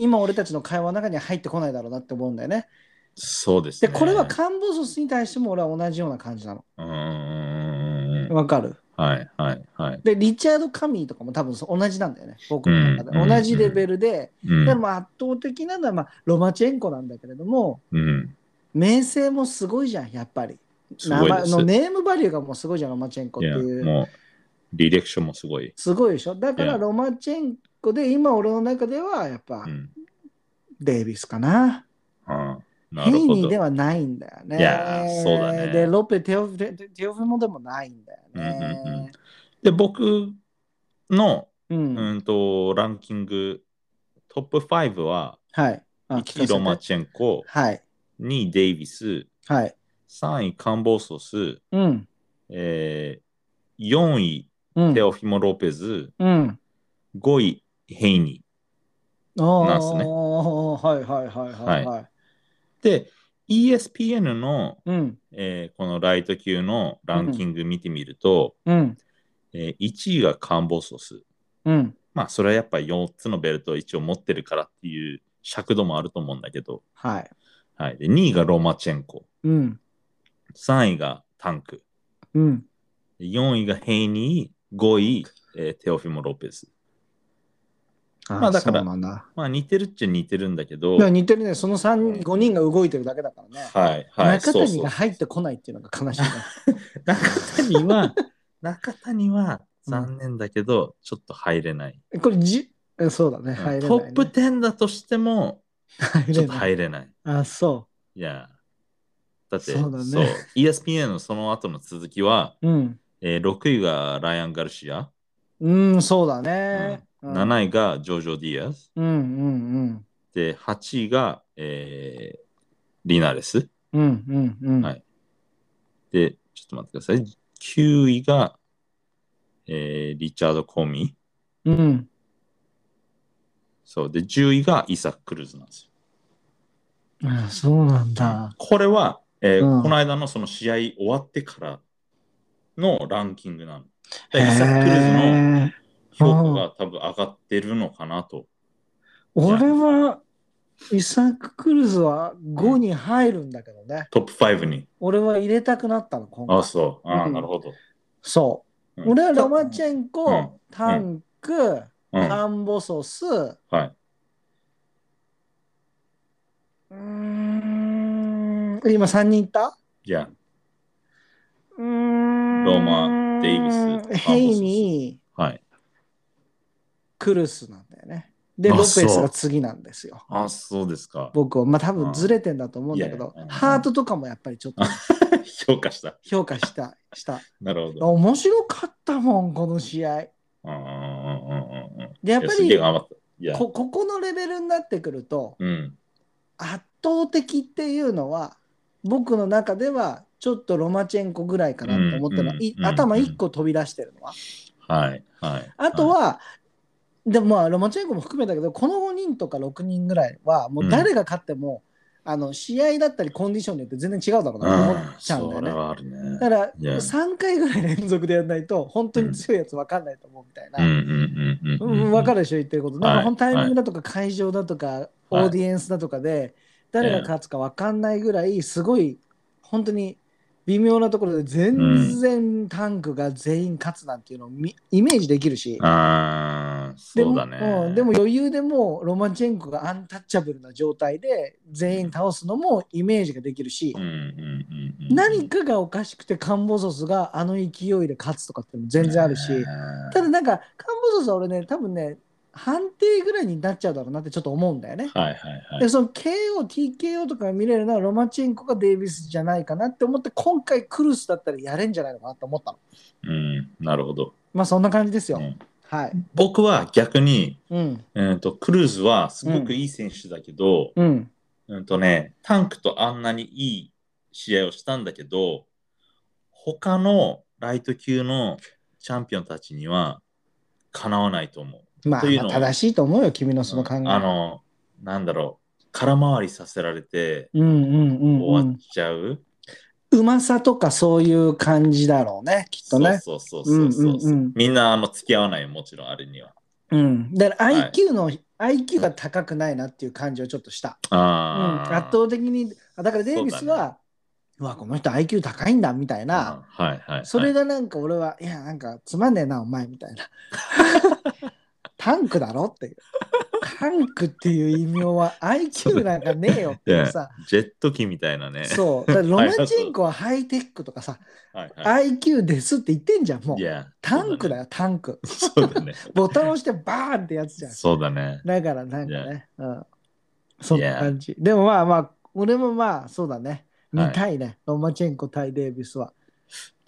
A: 今俺たちの会話の中には入ってこないだろうなって思うんだよね。
B: そうです
A: で
B: ね
A: これはカンボソスに対しても俺は同じような感じなの。
B: うんうんうんうん
A: わかる
B: はいはいはい
A: でリチャード・カミーとかも多分そう同じなんだよね僕の中で、
B: うん
A: 同じレベルで、
B: うん
A: でも圧倒的なのは、まあ、ロマチェンコなんだけれども
B: うん
A: 名声もすごいじゃんやっぱり。
B: すごい
A: 名
B: で
A: 前
B: す
A: のネームバリューがもうすごいじゃんロマチェンコっ
B: い
A: て
B: や
A: いう。
B: もう履歴書もすごい、
A: すごいでしょだか
B: い
A: ら
B: や
A: ロマチェンコで今俺の中ではやっぱ
B: うん
A: デイビスかな。
B: うん、な
A: ヘ
B: る
A: イ
B: ほ
A: ニー
B: ど
A: ではないんだよね。
B: いやーそうだね
A: で、ロペテオフテテオフィモでもないんだよ
B: うんうんう
A: ね
B: ん。で僕の
A: うん
B: うんと、ランキングトップ5は、
A: はい。あ
B: 1位ロマ
A: 聞かせて
B: チェンコ、
A: はい。
B: 2位デイビス、
A: はい。
B: 3位カンボーソス、
A: うん。
B: えー、4位
A: うん
B: テ。オフィモ・ロペズ、
A: うん。
B: 5位ヘイニ
A: お
B: なんす
A: ー
B: ね
A: はいはいはいはいはい。
B: ー。で、ESPN の、
A: うん。
B: えーこのライト級のランキング見てみると、
A: うん。
B: え1位がカンボーソス。
A: うん。
B: まあ、それはやっぱ4つのベルトを一応持ってるからっていう尺度もあると思うんだけど、
A: はい。
B: はい、で2位がロマチェンコ、
A: うん。
B: 3位がタンク、
A: うん。
B: 4位がヘイニー、5位、えーテオフィモ・ロペス。
A: ま
B: まあだから
A: そうなんだ。
B: まあ似てるっちゃ似てるんだけど、
A: だから
B: はい
A: 似てるね。その
B: う
A: 3、
B: ん
A: 5人が動いてるだけだからね。
B: はい、
A: 中
B: そう
A: 谷
B: そう
A: が。入ってこないっていうのが悲しいね。
B: 中谷は、 中谷は残念だけど、ちょっと入れない。
A: これじ、えそうだね。
B: うん
A: 入れない、ね。
B: トップ10だとしても、
A: 入
B: ち
A: れ
B: ょっと
A: ない。
B: 入れない。
A: あ、そ
B: いや、だって、
A: そうだね
B: ESPN のその後の続きは、
A: う。うん。
B: えー6位がライアン・ガルシア、
A: うん、そうだね。
B: うん
A: 位。
B: 7位がジョージョ・ディアス、
A: うんうん
B: で8位が、えーリナレス。
A: うん。うんうんうん。
B: はいで、ちょっと待ってください。9位が、えーリチャード・コーミー。
A: うん。
B: そう。で、10位がイサク・クルーズなんですよ。
A: あ、そうなんだ。
B: これは、えー
A: うん
B: この間のその試合終わってからのランキングなの。で
A: へ
B: イサク・クルーズの
A: ー
B: 評価が多分上がってるのかなと。
A: 俺は、イサク・クルーズは5に入るんだけどね。
B: トップ5に。
A: 俺は入れたくなったの、今回
B: あ、。そう。あ
A: う
B: ー
A: ん
B: なるほど。
A: そう。俺はロマチ
B: ェ
A: ェンコ、
B: うん
A: タンク、
B: うん、
A: カンボソス、
B: はい。
A: うーん今3人いた
B: じゃ
A: ロー
B: ローマデイビスカンボソス
A: ヘイに
B: あ、はい。
A: クルスなんだよね。で、
B: あ
A: ロペス
B: そ
A: が
B: う
A: 次なんですよ。
B: あ、そうですか。
A: 僕は、まあ多分ずれてんだと思うんだけ
B: あ
A: ど
B: いやいや、うん
A: ハートとかもやっぱりちょっと
B: 評価した。
A: 評価した。した
B: なるほど。
A: 面白かったもん、この試合。
B: うんうんうんうんうんうん。
A: で、やっ
B: い
A: ぱ
B: すげえ
A: り
B: 頑張った。いや。
A: こここのレベルになってくると、
B: うん。
A: 圧倒的っていうのは僕の中ではちょっとロマチェンコぐらいかなと思ったの、
B: うんうん
A: い
B: うん
A: 頭1個飛び出してるのは、
B: はい。はい。
A: あとは、でもまあロマチェンコも含めたけどこの5人とか6人ぐらいはもう誰が勝っても、あの試合だったりコンディションによって全然違うだろうなと思っちゃうんだよ
B: それ
A: ね。
B: はあるね。
A: だから
B: いや
A: 3回ぐらい連続でやらないと本当に強いやつ分かんないと思うみたい
B: うん
A: な。
B: う
A: う
B: んうんうん
A: ん、
B: うん。
A: 分か
B: る。
A: るでしょ言ってること。
B: は
A: な
B: い
A: んかほんとタイミングだとか会場だとかオ
B: はい
A: ーディエンスだとかで誰が勝つか分かんないぐらいすごい本当に微妙なところで全然タンクが全員勝つなんていうのをみイメージできるし。
B: ああ、
A: で
B: そ
A: も
B: うだね。
A: んでも余裕でもうロマンチェンコがアンタッチャブルな状態で全員倒すのもイメージができるし
B: うん、うんうんうんうん。
A: 何かがおかしくてカンボソスがあの勢いで勝つとかっていうのも全然あるし、
B: ね
A: ただなんかカンボソスは俺ね多分ね判定ぐらいになっちゃうだろうなってちょっと思うんだよね。
B: はいはいは
A: で
B: い。
A: その KO、TKO とかが見れるのはロマンチェンコがデイビスじゃないかなって思って今回クルスだったらやれんじゃないのかなと思ったの。
B: うん、なるほど。
A: まあそんな感じですよ。
B: うん
A: はい。
B: 僕は逆に、
A: うん。
B: えーとクルーズはすごくいい選手だけど、
A: うん。
B: うんとね、タンクとあんなにいい試合をしたんだけど、他のライト級のチャンピオンたちにはかなわないと思う。
A: まあ、
B: というの
A: ま
B: は
A: あ正しいと思うよ、君のその考え。
B: あの、なんだろう、空回りさせられて
A: うんうんうん、う
B: 終わっ
A: ん。
B: ちゃう。
A: うまさとかそういう感じだろうね、きっとね。
B: そうそうそうそうそう。
A: うんうんうん
B: みんなあの付き合わないよ、もちろんあれには。
A: うん。だから
B: はい
A: IQ の、IQ が高くないなっていう感じをちょっとした。うん、
B: あ
A: 圧
B: あ、
A: 倒的に、あだからデイビス
B: そうだ
A: は、うわ、この人 IQ 高いんだみたいな。
B: うんはいはいはい、
A: それがなんか俺は、いや、なんかつまんねえな、お前みたい な。タンクだろっていう。タンクっていう異名は IQ なんかねえよっていうさ。
B: ジェット機みたいなね。
A: そう。だからロマチェンコはハイテックとかさ、
B: はいはい
A: IQ ですって言ってんじゃん、もう
B: い。や、
A: タンクだよ、タンク。
B: そうだね。
A: ボタン押してバーンってやつ じゃん。
B: そうだね。
A: だからなんかね、うん。そんな感じ。でもまあまあ、俺もまあ、そうだね。
B: はい
A: 見たいね、ロマチェンコ対デイビスは。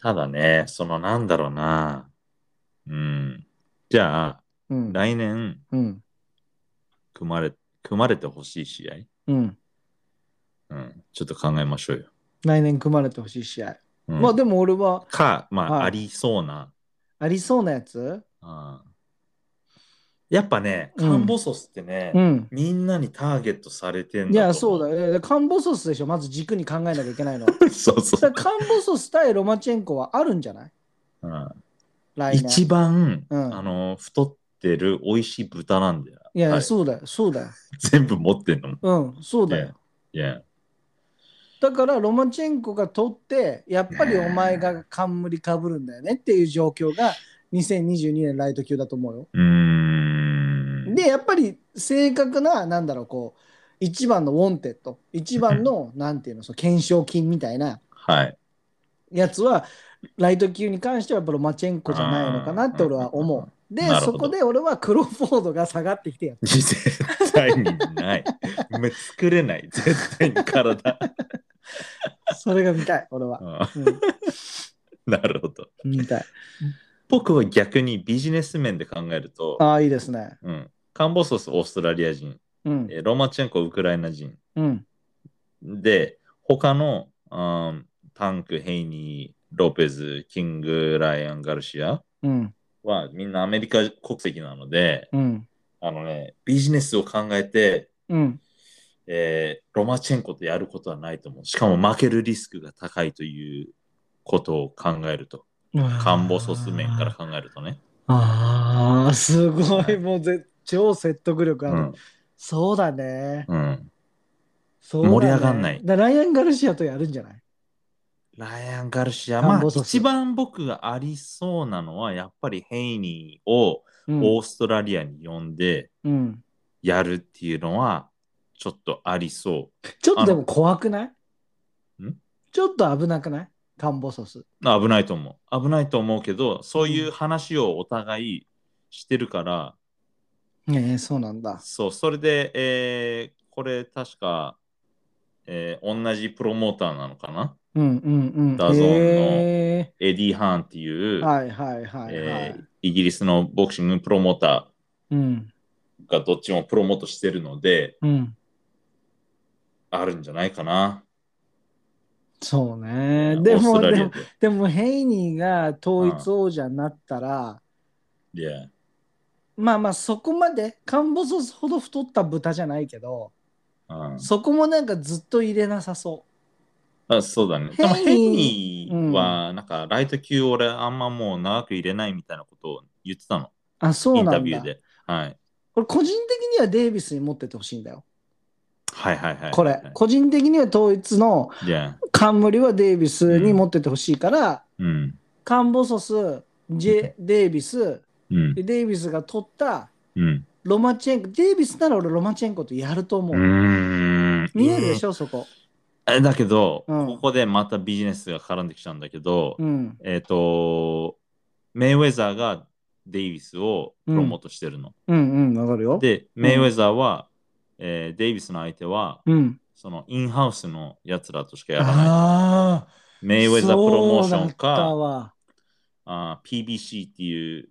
B: ただね、そのなんだろうな。うん。じゃあ、
A: うん。
B: 来年、
A: うん。
B: 組まれ、組まれてほしい試
A: うん。
B: 合うん。ちょっと考えましょうよ。
A: 来年組まれてほしい試合。
B: うん、
A: まあでも俺は、
B: か、まあ、
A: はい
B: ありそうな。
A: ありそうなやつ
B: うんやっぱね、
A: うん
B: カンボソスってね、
A: うん。
B: みんなにターゲットされてん
A: い
B: だ
A: や、
B: と思
A: そうだよ。いやカンボソスでしょ、まず軸に考えなきゃいけないのは。
B: う。 そうそ
A: だ
B: う。
A: からカンボソス対ロマチェンコはあるんじゃない
B: うん
A: 来年。
B: 一番、
A: うん
B: あの太ってる美味しい豚なんだよ。
A: いやい
B: は
A: や、
B: い
A: そうだよ、そうだよ。
B: 全部持ってんのもん。
A: うん、そうだよ。
B: いや、
A: だからロマチェンコが取ってやっぱりお前が冠かぶるんだよねっていう状況が2022年ライト級だと思うよ。
B: うーん。
A: でやっぱり正確ななんだろうこう一番のウォンテッド一番のなんていうのその懸賞金みたいな
B: はい。
A: やつはライト級に関してはやっぱロマチェンコじゃないのかなって俺は思う。で
B: なるほ
A: そ
B: ど
A: こで俺はクロフォードが下がってきてやる
B: 絶対にない。もう作れない。絶対に体。
A: それが見たい俺は
B: う。ん
A: うん、
B: なるほど。
A: 見たい。
B: 僕は逆にビジネス面で考えると、
A: ああいいですね。
B: うん、カンボソスオーストラリア人、
A: うん
B: えロマチェンコウクライナ人
A: うん
B: で、他の、うんタンク、ヘイニー、ロペズ、キング、ライアン、ガルシア
A: うん
B: はみんなアメリカ国籍なので、
A: うん
B: あのね、ビジネスを考えて、
A: うん
B: えーロマチェンコとやることはないと思う。しかも負けるリスクが高いということを考えると。カンボソス面から考えるとね。
A: ああ、すごい、もうぜ超説得力
B: う
A: ある。
B: ん。
A: そうだね。
B: うん。
A: そうだね
B: 盛り上がんない
A: だライアン・ガルシアとやるんじゃない
B: ライアン・ガルシア。
A: カ
B: ま
A: ン
B: あ、
A: ボソス
B: 一番僕がありそうなのは、やっぱりヘイニーを
A: うん
B: オーストラリアに呼んで
A: うん
B: やるっていうのは、ちょっとありそ
A: ちょっとでも怖くない
B: ん
A: ちょっと危なくないカンボソス。
B: う。あ危ないと思う。危ないと思うけど、そういう話をお互いしてるから、
A: ねえ、そうなんだ。
B: そう、それで、えーこれ確か、えー同じプロモーターなのかな
A: うんうんう
B: ダ
A: ん。
B: ゾーンの
A: へ
B: エディ・ハーンってい
A: え
B: う、
A: はいはいはいは
B: え
A: い
B: ー。イギリスのボクシングプロモータ
A: うん
B: ーがどっちもプロモートしてるので、
A: うん。
B: あるんじゃないかな。
A: そうね。
B: オ
A: で
B: ース
A: も、
B: トラリ
A: で
B: ア
A: も、
B: で。
A: でもヘイニーが統一王者になったら、
B: いや
A: まあまあそこまで陥没ほど太った豚じゃないけど
B: うん
A: そこもなんかずっと入れなさそ
B: あそうだね。
A: ヘイ
B: でもヘイは、なんかライト級俺あんまもう長く入れないみたいなことを言ってたの。
A: うあそう
B: イ
A: なんだ
B: ンタビューで。はい。
A: これ個人的にはデイビスに持ってってほしいんだよ
B: はいはいはい。
A: これ個人的には統一の
B: じゃあ、
A: 冠はデイビスに持ってってほしいから、
B: うん。
A: カンボソス、ジェ・デイビス、
B: うん。
A: でデイビスが取った
B: うん。
A: ロマチェンコ、デイビスなら俺ロマチェンコとやると思
B: う
A: う。
B: ーん。
A: 見えるでし
B: ょ、
A: ょ、そこ。
B: だけど、
A: うん
B: ここでまたビジネスが絡んできちゃうんだけど、
A: うん。
B: えっ、と、メイウェザーがデイビスをプロモートしてるの。
A: うんうん、わかるよ。
B: で、メイウェザーは、えーデイビスの相手は、
A: うん。
B: そのインハウスのやつらとしかやらない。
A: ああ。
B: メイウェザープロモーショ
A: そ
B: ン
A: うだった
B: か、
A: わ。
B: あー PBC っていう、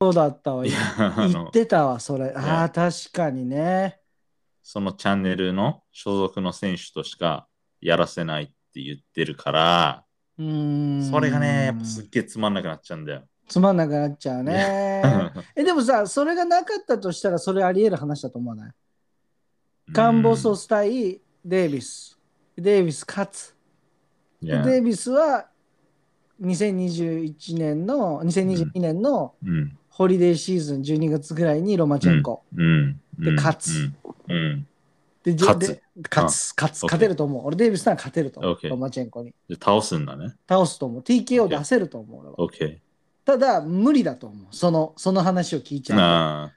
A: そうだったわ。
B: いや
A: 言
B: あの
A: ってたわ、それ。ああ、確かにね。
B: そのチャンネルの所属の選手としかやらせないって言ってるから、
A: うーん。
B: それがね、やっぱすっげえつまんなくなっちゃうんだよ。
A: つまんなくなっちゃうね。 え、でもさ、それがなかったとしたら、それあり得る話だと思わないカンボソ
B: ス。
A: ス対デイビス。デイビス勝つ。
B: いや
A: デイビスは2021年の2022年の
B: うん。
A: ホリデーシーズン12月ぐらいにロマチェンコ、
B: うん。
A: で
B: うん
A: 勝つ。
B: うん。うん
A: でじ
B: 勝つ
A: で勝つ勝つ
B: OK
A: 勝てると思う俺デイビスなら勝てると思う
B: OK
A: ロマチェンコに
B: で倒すんだね。
A: 倒すと思う TKO 出せると思う俺は
B: OK。
A: ただ無理だと思うそのその話を聞いちゃ
B: あ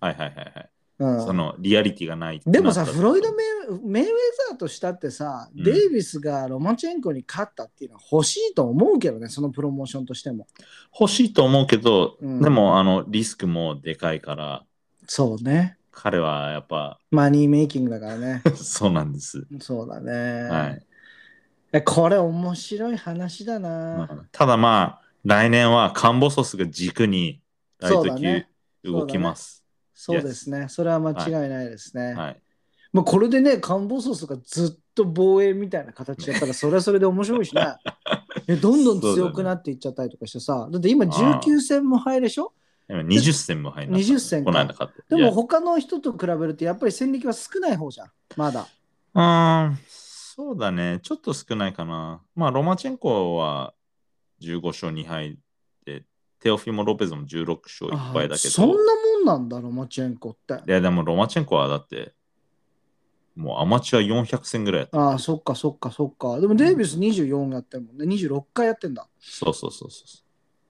B: あ。はいはいはいはい。
A: う、うん
B: そのリアリティがないってな
A: で
B: った
A: も
B: ら。
A: さフロイドメイ・メイウェザーとしたってさ、
B: うん
A: デイビスがロマチェンコに勝ったっていうのは欲しいと思うけどねそのプロモーションとしても
B: 欲しいと思うけど、
A: うん
B: でもあのリスクもでかいから、
A: そうね
B: 彼はやっぱ
A: マニーメイキングだから ね
B: そうなんです。
A: そうだね、
B: はい
A: えこれ面白い話だな。
B: まあただまあ、来年はカンボソスが軸にライ
A: そう
B: ト
A: だね
B: 級動きます。
A: そうですね。それは間違いないですね。
B: はい。
A: まあ、これでね、カンボソスがずっと防衛みたいな形 だったら、それはそれで面白いしね。えどんどん強くなっていっちゃったりとかしてさ。だって今19戦も入るでしょ
B: 今20戦も入りました
A: 20戦か
B: この間勝って。
A: で
B: いや
A: も他の人と比べるとやっぱり戦力は少ない方じゃん。まだ。
B: うーん、そうだね。ちょっと少ないかな。まあ、ロマチェンコは15勝2敗で、テオフィモ・ロペズも16勝1敗だけ
A: あーそんな
B: ど。
A: もんなんだろ、マチェンコって。
B: いや、でもロマチェンコはだって、もうアマチュア400戦ぐらいやった。
A: ああ、そっかそっかそっか。でもデイビス24やってるもんね。26回やってんだ。
B: そうそうそうそう。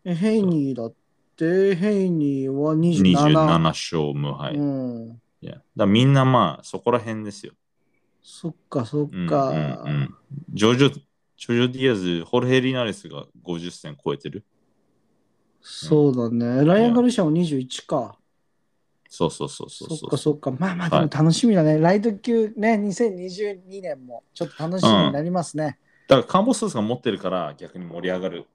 A: えヘイニーだって、ヘイニーは
B: 27
A: 27。
B: 勝無敗。
A: うん。
B: いやだからみんなまあ、そこら辺ですよ。
A: そっかそっ
B: うん
A: か。
B: うんうんジョジョ、ジョジョ・ディアズ、ホルヘ・リナレスが50戦超えてる。
A: そうだね。ライアン・ガルシアも21か。
B: そうそうそうそう
A: そっか
B: そ
A: そ
B: う。
A: っか。まあまあで
B: は
A: も
B: い
A: 楽しみだね。ライト級ね、2022年もちょっと楽しみになりますね。
B: だからカンボソスが持ってるから逆に盛り上がる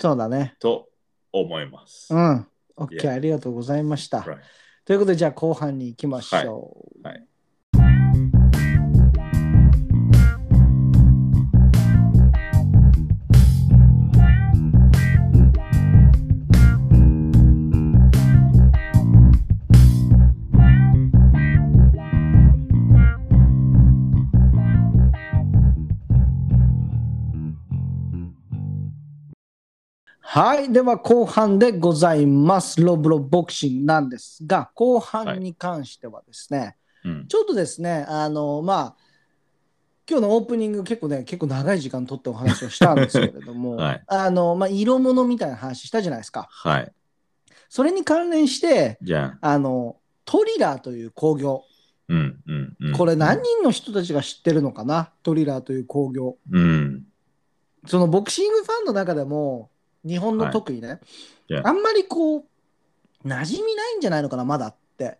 A: そうだね。
B: と思います。
A: う
B: は
A: ん。OK、
B: Yeah
A: ありがとうございました。
B: Right
A: ということで、じゃあ後半に行きましょう。
B: はいはい
A: はい。では、後半でございます。ロブロボクシングなんですが、後半に関してはですね、
B: うん
A: ちょっとですね、あの、まあ、今日のオープニング結構ね、結構長い時間とってお話をしたんですけれど も、
B: はい
A: あの、まあ、色物みたいな話したじゃないですか。
B: はい。
A: それに関連して、
B: じゃあ、
A: あの、トリラーという興行、
B: うんうんうん。
A: これ何人の人たちが知ってるのかな、トリラーという興行。
B: うん。
A: そのボクシングファンの中でも、日本の特にね、
B: Yeah
A: あんまりこう、馴染みないんじゃないのかな、まだって。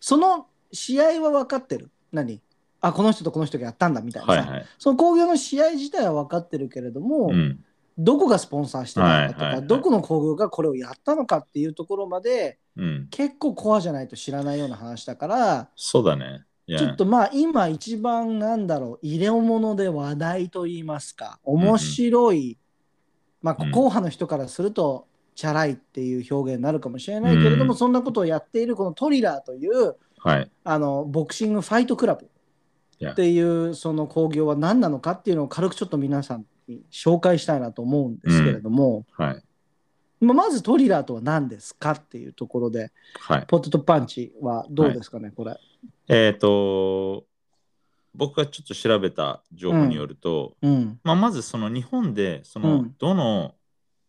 A: その試合は分かってる。何あ、この人とこの人がやったんだみたいな
B: は
A: さ、
B: いはい。
A: その興行の試合自体は分かってるけれども、
B: うん。
A: どこがスポンサーしてたのかとか、
B: はいはいはい
A: どこの興行がこれをやったのかっていうところまで、
B: うん。
A: 結構コアじゃないと知らないような話だから、
B: そうだね。いや
A: ちょっとまあ今一番なんだろう入れ物で話題と言いますか面白い、まあ
B: うん
A: 後派の人からするとチャラいっていう表現になるかもしれないけれども、
B: うん
A: そんなことをやっているこのトリラーという
B: はい。
A: あのボクシングファイトクラブっていうその興行は何なのかっていうのを軽くちょっと皆さんに紹介したいなと思うんですけれども、
B: はい。
A: まあまずトリラーとは何ですかっていうところで
B: はい。
A: ポテトパンチはどうですかね、これ。
B: えっ、と、僕がちょっと調べた情報によると、
A: うん
B: まあ、まずその日本で、そうの
A: ん、
B: どの、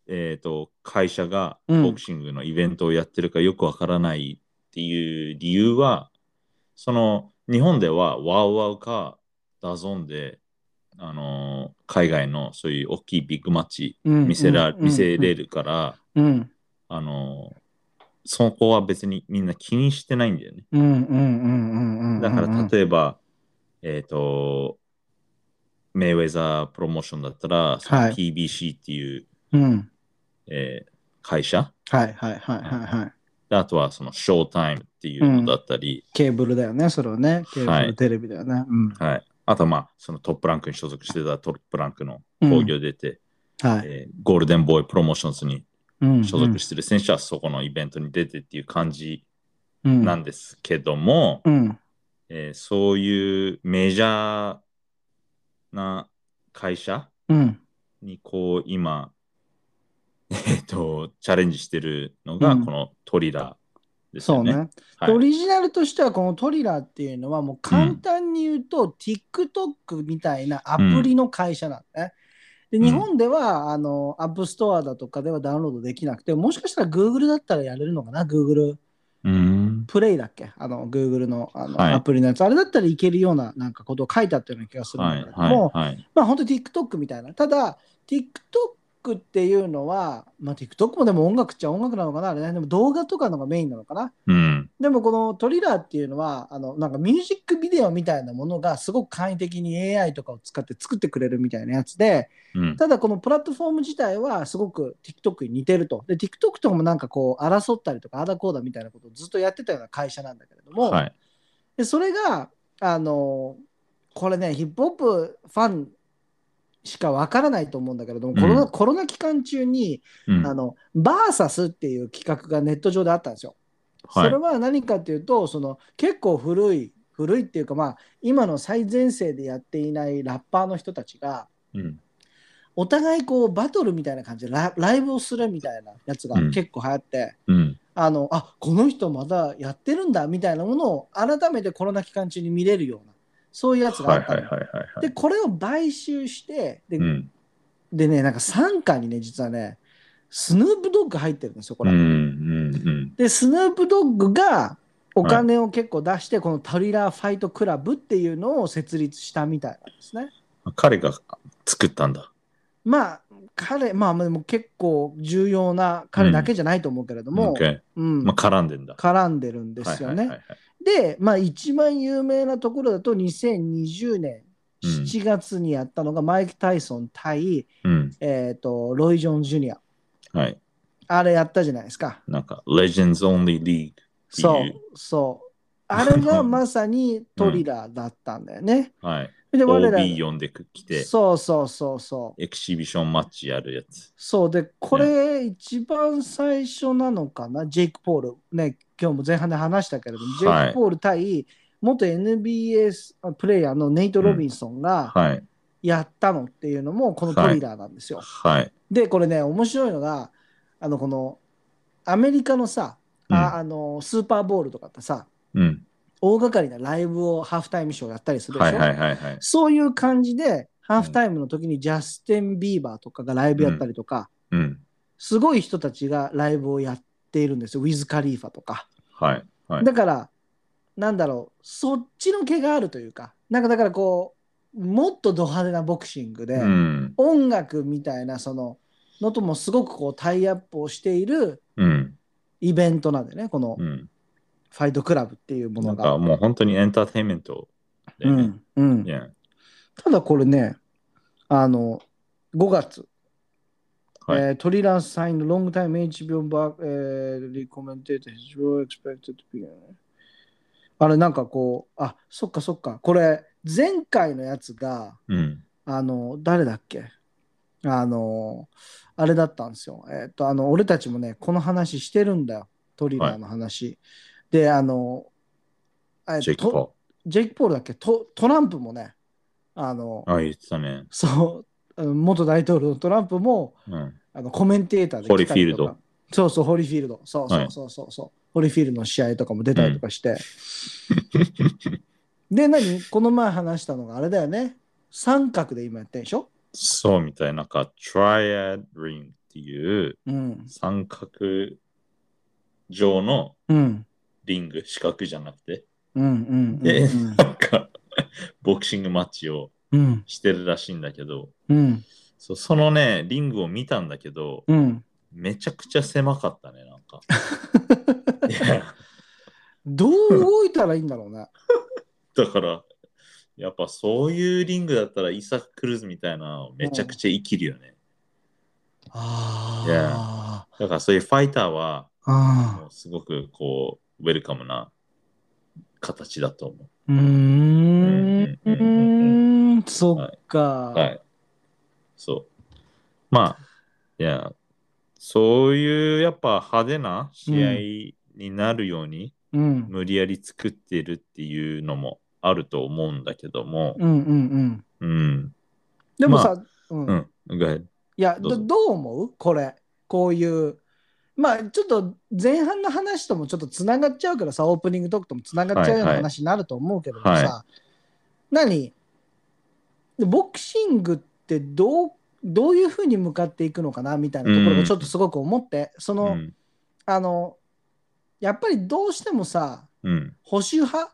B: えー、と会社が
A: うん
B: ボクシングのイベントをやってるかよくわからないっていう理由は、その日本ではワウワウかダゾンで、あのー海外のそういう大きいビッグマッチ
A: うん
B: 見せら、
A: うん
B: 見せれるから、
A: うん
B: あのーそこは別にみんな気にしてないんだよね。
A: うんうんうんうんうんうん
B: だから例えば、えっ、と、メイウェザープロモーションだったら、その
A: はい
B: PBC っていう、
A: うん
B: えー会社、
A: はいはいはいはいはい
B: であとはそのショータイムっていうのだったり、
A: ケーブルだよねそれはねケーブル、
B: はい
A: テレビだよねうん
B: はい、あとはまあそのトップランクに所属してたトップランクの
A: うん
B: 興行出て、
A: はい
B: えーゴールデンボーイプロモーションズに
A: うん
B: 所属してる選手はそこのイベントに出てっていう感じ
A: うん
B: なんですけども、
A: うん
B: えーそういうメジャーな会社
A: うん
B: にこう 今、えー、とチャレンジしてるのが
A: うん
B: このトリラーです
A: そ
B: よ
A: う
B: ね。
A: ね
B: はい
A: オリジナルとしてはこのトリラーっていうのはもう簡単に言うと、TikTok みたいなアプリの会社なんだね。
B: うん
A: で日本では、あのアップストアだとかではダウンロードできなくてもしかしたら Google だったらやれるのかな Google
B: うん
A: プレイだっけあの Google のあの、
B: はい
A: アプリのやつあれだったらいけるようななんかことを書いてあったような気がするん
B: は
A: だ
B: い
A: けども、
B: はいはい。
A: まあ本当 TikTok みたいな。ただ TikTok っていうのは、まあ、TikTok もでも音楽っちゃ音楽なのかなあれねでも動画とかのがメインなのかな
B: うん
A: でもこのトリラーっていうのはあのなんかミュージックビデオみたいなものがすごく簡易的に AI とかを使って作ってくれるみたいなやつで
B: うん
A: ただこのプラットフォーム自体はすごく TikTok に似てるとで TikTok とかもなんかこう争ったりとかあだこうだみたいなことをずっとやってたような会社なんだけれども、
B: はい
A: でそれがあのこれねヒップホップファンしかわからないと思うんだけれども、コロ
B: う
A: ナコロナ期間中に、
B: うん
A: あのバーサスっていう企画がネット上であったんですよ。
B: はい
A: それは何かというとその結構古い古いっていうかまあ今の最前線でやっていないラッパーの人たちが
B: うん
A: お互いこうバトルみたいな感じでラライブをするみたいなやつが
B: うん
A: 結構流行って、
B: うん
A: あのあこの人まだやってるんだみたいなものを改めてコロナ期間中に見れるようなそういうやつが
B: は
A: あ
B: い
A: った
B: はい
A: の
B: はいはいはい。
A: でこれを買収してで,、
B: うん
A: でねなんか傘下にね実はねスヌープドッグ入ってるんですよこ
B: うん
A: れ。
B: うん
A: で、スヌープドッグがお金を結構出して、このトリラーファイトクラブっていうのを設立したみたいなんですね。
B: うん。彼が作ったんだ。
A: まあ、彼、まあ、でも結構重要な彼だけじゃないと思うけれども、
B: OK
A: うん
B: まあ、絡んでんだ。
A: 絡んでるんですよね。
B: はいはいはい
A: で、まあ、一番有名なところだと、2020年7月にやったのが、マイク・タイソン対、
B: うん。
A: えっとロイ・ジョーン・ジュニア。
B: はい。
A: あれやったじゃないですか。
B: なんか、Legends Only League っていう。
A: そう、そう。あれ がまさにトリラーだったんだよね。
B: はい。
A: で、我ら
B: OB 呼んできて、
A: そうそうそうそう。
B: エキシビションマッチやるやつ。
A: そうで、これ一番最初なのかな、ジェイク・ポール。ね、今日も前半で話したけれども、ジェイク・ポール対元 NBA プレイヤーのネイト・ロビンソンが
B: はい。
A: やったのっていうのも、このトリラーなんですよ。
B: はい。
A: で、これね、面白いのが、あの、このアメリカのさ、ああのスーパーボールとかってさ、
B: うん。
A: 大掛かりなライブをハーフタイムショーやったりするでし
B: は
A: ょ。
B: いはいはいはい。
A: そういう感じで、ハーフタイムの時にジャスティン・ビーバーとかがライブやったりとか、
B: うん。
A: すごい人たちがライブをやっているんですよ。ウィズ・カリーファとか。
B: はい。はい。
A: だから、なんだろう、そっちの毛があるというか、なんかだからこう、もっとド派手なボクシングで、
B: うん。
A: 音楽みたいな、その、のともすごくこうタイアップをしている
B: うん。
A: イベントなんでね、この
B: うん。
A: ファイトクラブっていうも
B: な
A: の
B: んか
A: が。
B: もう本当にエンターテインメントだ
A: う
B: よね。
A: ん、うん。
B: Yeah
A: ただこれね、あの、5月、
B: はい
A: えートリラーサインのロングタイム HBO バー、えー、リコメンテーター、HBO expected to be あれ、なんかこう、あ、そっかそっか、これ、前回のやつが、
B: うん。
A: あの、誰だっけあの、あれだったんですよ。えっと、あの、俺たちもね、この話してるんだよ。トリガーの話。で、あの、えっと
B: ジェイク・ポ
A: ジェイク・ポールだっけトトランプもね、あの、
B: ール。あ、言ってたね。
A: そう、あの元大統領のトランプも、
B: うん。
A: あのコメンテーターで
B: ホリフィール
A: 来
B: ド
A: たりとか。そうそう、ホリフィールド。そうそ
B: は
A: う
B: い
A: そうそうそう、ホリフィールドの試合とかも出たりとかして。 で、何この前話したのがあれだよね。三角で今やってんでしょ
B: そうみたいな、なんか、トライアドリングっていう
A: うん。
B: 三角状の
A: うん。
B: リング、四角じゃなくて、
A: うんうんうん
B: えなんか、ボクシングマッチを
A: うん
B: してるらしいんだけど、
A: うん
B: そうそのね、リングを見たんだけど、
A: うん
B: めちゃくちゃ狭かったね、なん か。いや
A: どう動いたらいいんだろうね。
B: だから、やっぱそういうリングだったらイサク・クルーズみたいなのめちゃくちゃ生きるよね。
A: あ
B: Yeah. だからそういうファイターは
A: あ。あ
B: もうすごくこうウェルカムな形だと思
A: あ。うーん。
B: うんうんうん
A: ん。そっか。
B: う。はい。そう。まあ、いや、そういうやっぱ派手な試合になるように
A: うん。
B: 無理やり作ってるっていうのもあると思うんだけども、
A: うんうんうん。
B: うん。
A: でもさ、うん
B: うん。go ahead
A: いや
B: ど
A: ど
B: うぞ
A: どう思うこれこういうまあちょっと前半の話ともちょっとつながっちゃうからさオープニングトークともつながっちゃうようない
B: ははい
A: 話になると思うけどもさ、
B: は
A: 何でボクシングってどうどういうふうに向かっていくのかなみたいなところ
B: う
A: が
B: ん
A: ちょっとすごく思って、そうの、
B: ん。
A: あのやっぱりどうしてもさ
B: うん。
A: 保守派っ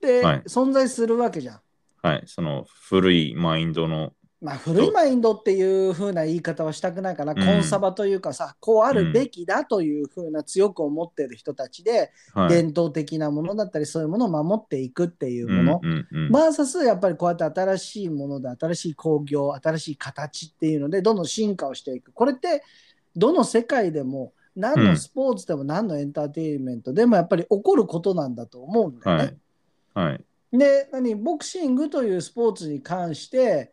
A: て
B: はい
A: 存在するわけじゃん。
B: はい。その古いマインドの
A: まあ、古いマインドっていう風な言い方はしたくないから、
B: うん
A: コンサバというかさこうあるべきだという風な強く思ってる人たちで、
B: はい。
A: 伝統的なものだったりそういうものを守っていくっていうもの、
B: うんうんうん
A: バーサスやっぱりこうやって新しいもので新しい興行新しい形っていうのでどんどん進化をしていくこれってどの世界でも何のスポーツでも何のエンターテインメントでもやっぱり起こることなんだと思うんだよね。
B: はい。はい。
A: で何ボクシングというスポーツに関して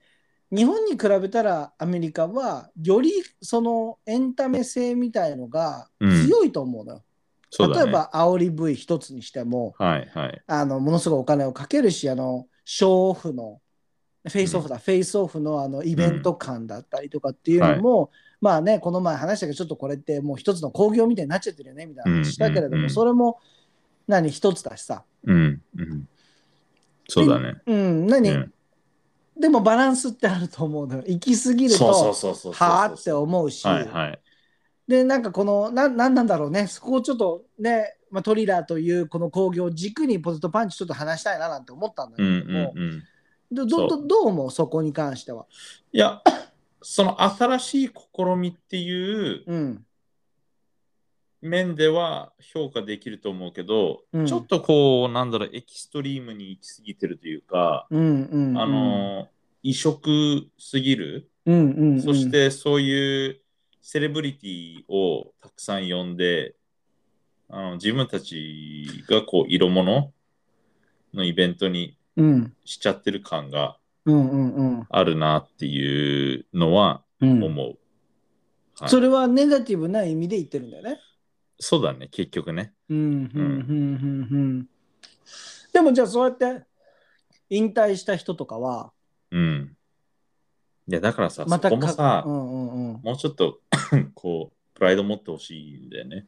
A: 日本に比べたらアメリカはよりそのエンタメ性みたいのが
B: うん
A: 強いと思うのよ。
B: そうだね。
A: 例えば煽り V 一つにしても
B: はいはい。
A: あのものすごいお金をかけるしあのショーオフのフェイスオフだ、フェイスオフのあのイベント感だったりとかっていうのも、まあねこの前話したけどちょっとこれってもう一つの興行みたいになっちゃってるよねみたいな話したけれども、
B: うんうんうん
A: それも何一つだしさ。
B: うん。うん、そうだね。
A: うん、何、
B: うん
A: でもバランスってあると思うのよ。行き過ぎると、
B: そうそうそうそうそう。
A: はあって思うし、
B: はいはい。
A: で、なんかこの、ななんなんだろうね、そこをちょっとね、まあ、トリラーというこの興行を軸にポテトパンチちょっと話したいななんて思ったんだけ
B: うん
A: ども、
B: うんうん。
A: どど
B: そう
A: どどう思う、そこに関しては。
B: いや、 その新しい試みっていう
A: うん、
B: 面では評価できると思うけど、
A: うん
B: ちょっとこう、なんだろう、エキストリームに行き過ぎてるというか、
A: うん、うん。うん
B: あ、のー、異色すぎる。
A: うん、うん。うん
B: そし、てそういうセレブリティをたくさん呼んで、あの自分たちがこう色物のイベントに
A: うん、
B: しちゃってる感が
A: うん、うん、うん。
B: あるなっていうのは
A: うん
B: 思う。はい
A: それはネガティブな意味で言ってるんだよね。
B: そうだね、結局ね。
A: うんうんうんうんうんでもじゃあそうやって引退した人とかは
B: うん。いや、だからさ、
A: また
B: そこもさ、
A: うんうんうん
B: もうちょっと こう、プライド持ってほしいんだよね。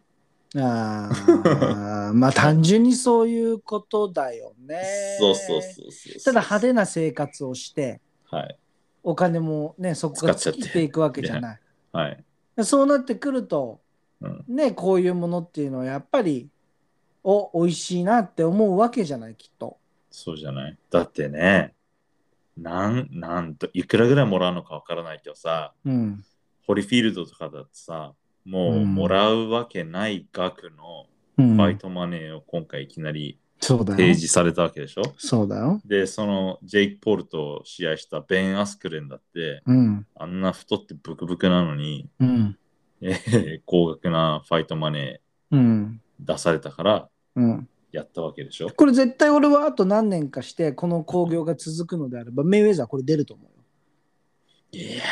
A: あーまあ単純にそういうことだよね。
B: そうそうそうそう。
A: ただ派手な生活をして
B: はい。
A: お金もねそこが
B: 使
A: 尽
B: っちゃって
A: きていくわけじゃない。
B: はい。
A: そうなってくると、
B: うん
A: ねこういうものっていうのはやっぱりお美味しいなって思うわけじゃないきっと。
B: そうじゃない。だってね、なん、なんと、いくらぐらいもらうのかわからないけどさ、
A: うん
B: ホリフィールドとかだってさ、もううんもらうわけない額の
A: うん
B: ファイトマネーを今回いきなり
A: そうだ
B: 提
A: よ。
B: 示されたわけでしょ、
A: そうだよ。
B: で、そのジェイク・ポールと試合したベン・アスクレンだって、
A: うん
B: あんな太ってブクブクなのに、
A: うん
B: えー高額なファイトマネ
A: うん
B: ー出されたから
A: うん。
B: やったわけでしょ
A: これ絶対俺はあと何年かしてこの興行が続くのであればメイウェザーこれ出ると思うよ。
B: いや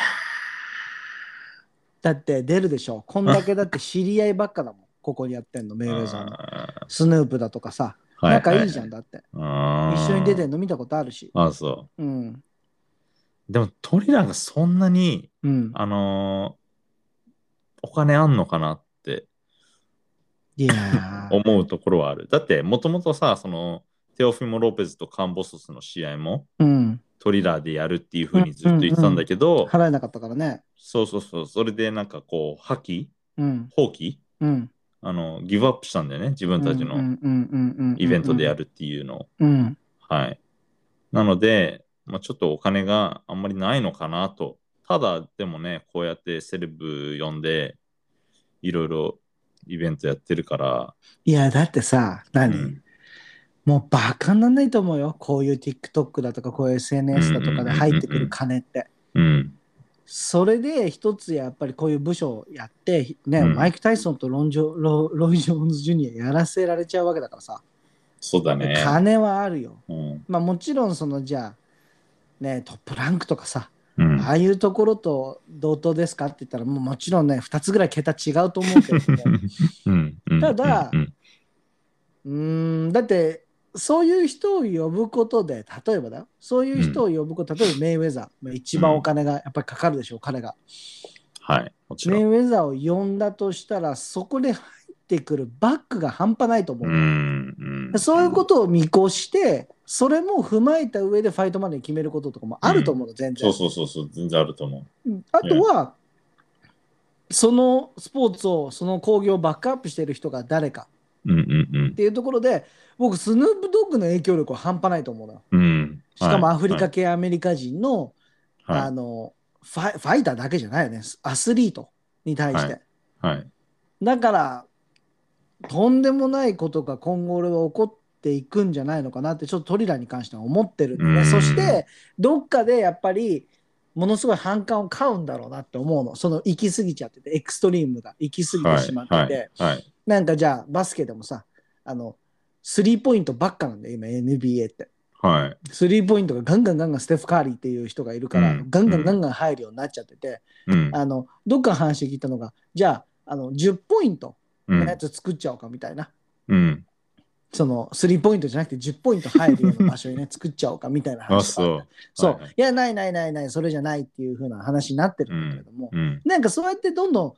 A: だって出るでしょ。こんだけだって知り合いばっか だもん。ここにやってんの、メイウェザーの。
B: あ
A: スヌープだとかさ、
B: ーは
A: 仲いいじゃん
B: は
A: だって。
B: あー
A: 一緒に出てんの見たことあるし。
B: あ、そ
A: うん。
B: う。でもトリラがそんなに、
A: うん。
B: あのーお金あんのかなって
A: いや ー
B: 思うところはある。だって、もともとさ、その、テオフィモ・ロペズとカンボソスの試合も
A: うん。
B: トリラーでやるっていうふうにずっと言ってたんだけど、
A: 払えなかったからね。
B: そうそうそう、それでなんかこう、破棄
A: うん。
B: 放棄
A: うん。
B: あの、ギブアップしたんだよね、自分たちの
A: の
B: イベントでや
A: る。
B: るっていうのを。
A: うん。
B: はい。なので、まあ、ちょっとお金があんまりないのかなと。ただ、でもね、こうやってセレブ呼んで、いろいろイベントやってるから、
A: いや、だってさ、何、
B: うん
A: もうバカになんないと思うよ。こういう TikTok だとか、こういう SNS だとかで入ってくる金って。
B: うん、
A: それで一つやっぱりこういう部署をやって、ね、
B: うん
A: マイク・タイソンとロンジョロロイ・ジョーンズ・ジュニアやらせられちゃうわけだからさ、
B: そうだね。
A: 金はあるよ。
B: うん、
A: まあもちろんそのじゃあ、ね、トップランクとかさ、
B: うん
A: ああいうところと同等ですかって言ったら、もうもちろんね、2つぐらい桁違うと思うけれども、
B: うんうん
A: ただ
B: うん
A: うーんだってそういう人を呼ぶことで例えばだよそういう人を呼ぶこと、例えばメイウェザーまあ一番お金がやっぱりかかるでしょう、彼が
B: はい、もち
A: メ
B: ろ
A: イ
B: ん。
A: ウェザーを呼んだとしたらそこで入ってくるバックが半端ないと思
B: う
A: う、
B: ん、うん
A: そういうことを見越してそれも踏まえた上でファイトマネー決めることとかもあると思うの全然、
B: そうそうそうそう、全然あると思
A: あとは、そのスポーツをその興行をバックアップしている人が誰か
B: う。うんうん
A: っていうところで僕スヌープドッグの影響力は半端ないと思うのよ
B: うん。うん、
A: しかもアフリ
B: は
A: カ系アメリカ人の,、
B: い、は
A: あ
B: い
A: のファイファイターだけじゃないよねアスリートに対して、
B: ははい、
A: だからとんでもないことが今後俺は起こっていくんじゃないのかなってちょっとトリラに関しては思ってるんで
B: う
A: ね
B: ん
A: そしてどっかでやっぱりものすごい反感を買うんだろうなって思うのその行き過ぎちゃっててエクストリームが行き過ぎてしまってて、
B: はい、はい、
A: なんかじゃあバスケでもさあのスリーポイントばっかなんだよ今 NBA って。
B: はい、
A: スリーポイントがガンガンガンガンステフ・カーリーっていう人がいるから、
B: うん
A: ガンガンガンガン入るようになっちゃってて、
B: うん、
A: あのどっかの話聞いたのがじゃああの10ポイント
B: う
A: のや
B: ん、
A: つ作っちゃおうかみたいな、
B: うん、
A: そのスリーポイントじゃなくて10ポイント入るような場所に ね作っちゃおうかみたいな
B: あ、
A: 話とか
B: そう、
A: そう、
B: はい
A: い
B: はい
A: やないないないないそれじゃないっていう風な話になってるんだけれども、
B: うん、
A: なんかそうやってどんどん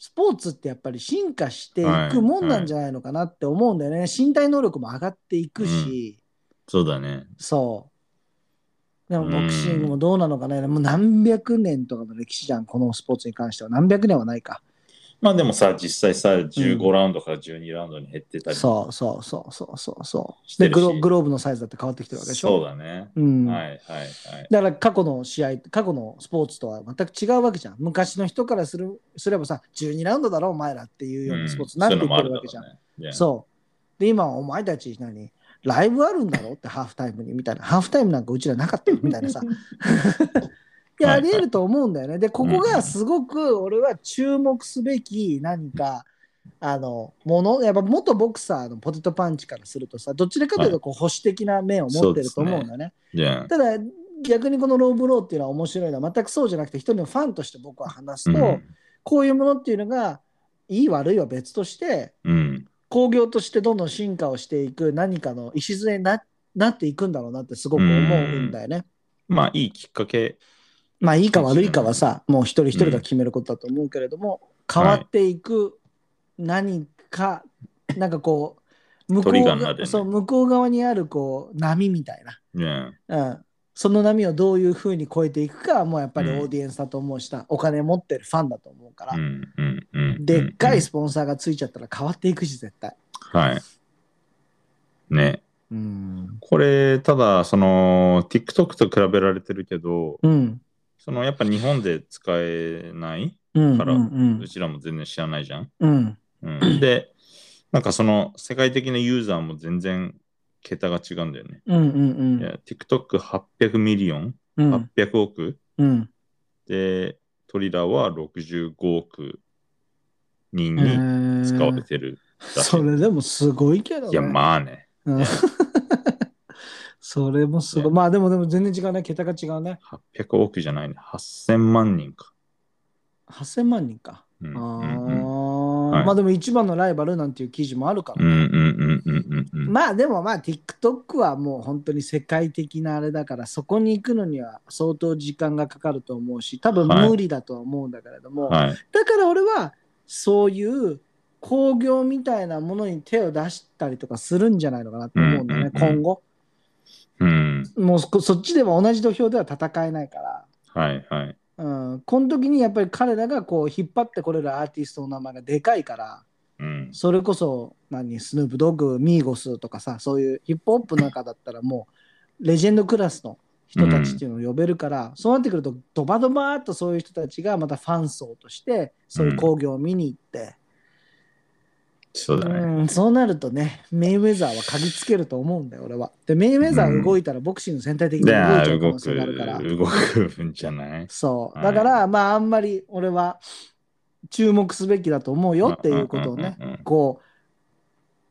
A: スポーツってやっぱり進化していくもんなんじゃないのかなって思うんだよね、身体能力も上がっていくし、
B: そうだね。
A: そう。でも
B: うん
A: ボクシングもどうなのかね、もう何百年とかの歴史じゃん、このスポーツに関しては。何百年はないか。
B: まあでもさ、実際さ、
A: う
B: 15ラウンドから12ラウンドに減ってたりして
A: そうそうそうそうそうそう。
B: して
A: で
B: るし
A: グロ、グローブのサイズだって変わってきてるわけでしょ。
B: そうだね。
A: うん
B: はいはいはい。
A: だから過去の試合、過去のスポーツとは全く違うわけじゃん。昔の人からするすればさ、12ラウンドだろ、お前らっていうようなスポーツになっていってるわけじゃん。
B: んう
A: そう。で、今、お前たち何ライブあるんだろってハーフタイムにみたいな。ハーフタイムなんかうちらなかったよみたい なさ。いや、
B: は
A: あ
B: いはい
A: り得ると思うんだよね。で、ここがすごく俺は注目すべき何か、あの、もの、やっぱ元ボクサーのポテトパンチからするとさ、どちらかというとこう保守的な面を持ってると思うんだよね。
B: だよね。
A: ただ、逆にこのローブローっていうのは面白いのは全くそうじゃなくて、一人のファンとして僕は話す
B: じゃ
A: と、
B: あ
A: こういうものっていうのが、いい悪いは別として、
B: うん。うん。
A: 工業としてどんどん進化をしていく何かの礎にななっていくんだろうなってすごく思うんだよね。
B: まあいいきっかけ。
A: まあいいか悪いかはさ、もう一人一人が決めることだと思うけれども、変わっていく何か、なんかこう、向こ
B: トリ
A: う
B: ガーにな
A: が
B: るよね
A: そう向こう側にあるこう波みたい
B: ね。
A: な、うん、その波をどういうふうに越えていくかはもうやっぱり
B: うん
A: オーディエンスだと思うし、お金持ってるファンだと思うから、
B: うんうんうん。
A: でっか
B: う
A: い
B: ん
A: スポンサーがついちゃったら変わっていくし、絶対。
B: はい。ね。
A: うん。
B: これ、ただ、その、TikTok と比べられてるけど、
A: うん。
B: その、やっぱ日本で使えない、
A: うん。
B: から
A: うんうん
B: うちらも全然知らないじゃん。
A: うん。
B: うん、で、なんかその、世界的なユーザーも全然、桁が違うんだよね。
A: うんう
B: い
A: ん
B: や TikTok800 ミリオン、
A: うんうん
B: 800億
A: うん
B: で、トリラーは65億人
A: へ
B: に
A: ー
B: 使われてる。
A: それでもすごいけどね。
B: いや、まあね、
A: うん それもすごい。まあでもでも全然違うね。桁が違うね。
B: 800億じゃないね、8000万人か。
A: 8000万人か。
B: うん
A: あ
B: うん
A: ー
B: はい
A: まあでも一番のライバルなんていう記事もあるから
B: う。んうんうんうんうんうん
A: まあでもまあ TikTok はもう本当に世界的なあれだからそこに行くのには相当時間がかかると思うし多分
B: はい
A: 無理だとは思うんだけれども、
B: はい
A: だから俺はそういう工業みたいなものに手を出したりとかするんじゃないのかなと思うんだよね、
B: うんうんうん
A: 今後
B: うん
A: もうそそっちでも同じ土俵では戦えないから。
B: はいはい
A: うん、この時にやっぱり彼らがこう引っ張ってこれるアーティストの名前がでかいから
B: うん
A: それこそ何スヌープドッグミーゴスとかさそういうヒップホップの中だったらもうレジェンドクラスの人たちっていうのを呼べるから、そうなってくるとドバドバーっとそういう人たちがまたファン層としてそういう工業を見に行って、
B: そうだ
A: う
B: ね
A: んそうなるとねメイウェザーは嗅ぎつけると思うんだよ俺は。でメイウェザー動いたらボクシング全体的に動
B: で
A: いち
B: あ
A: ゃう可
B: 動
A: 能
B: く
A: 性があるから。
B: 動くんじゃない
A: そう。
B: はい
A: だから、まあ、あんまり俺は注目すべきだと思うよっていうことをね、
B: うんうんうん
A: こ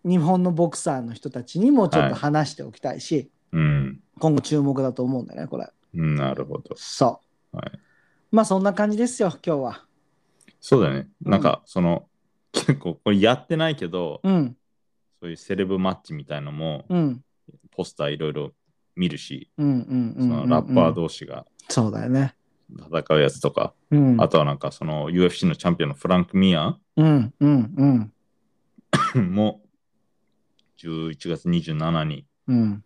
A: う、日本のボクサーの人たちにもちょっ
B: はい
A: と話しておきたいし、
B: うん
A: 今後注目だと思うんだよね、これ。
B: うんなるほど
A: そう。
B: はい
A: まあ、そんな感じですよ、今日は。
B: そうだね
A: うん
B: なんかその 結構これやってないけど
A: うん、
B: そういうセレブマッチみたいのも
A: うん、
B: ポスターいろいろ見るし
A: うん、うんうんう
B: そ
A: ん。
B: のラッパー同士が
A: そうだよね。
B: 戦うやつとか
A: うん、
B: あとはなんかその UFC のチャンピオンのフランク・ミア
A: うん、うん、うん、
B: も11月27に
A: うん。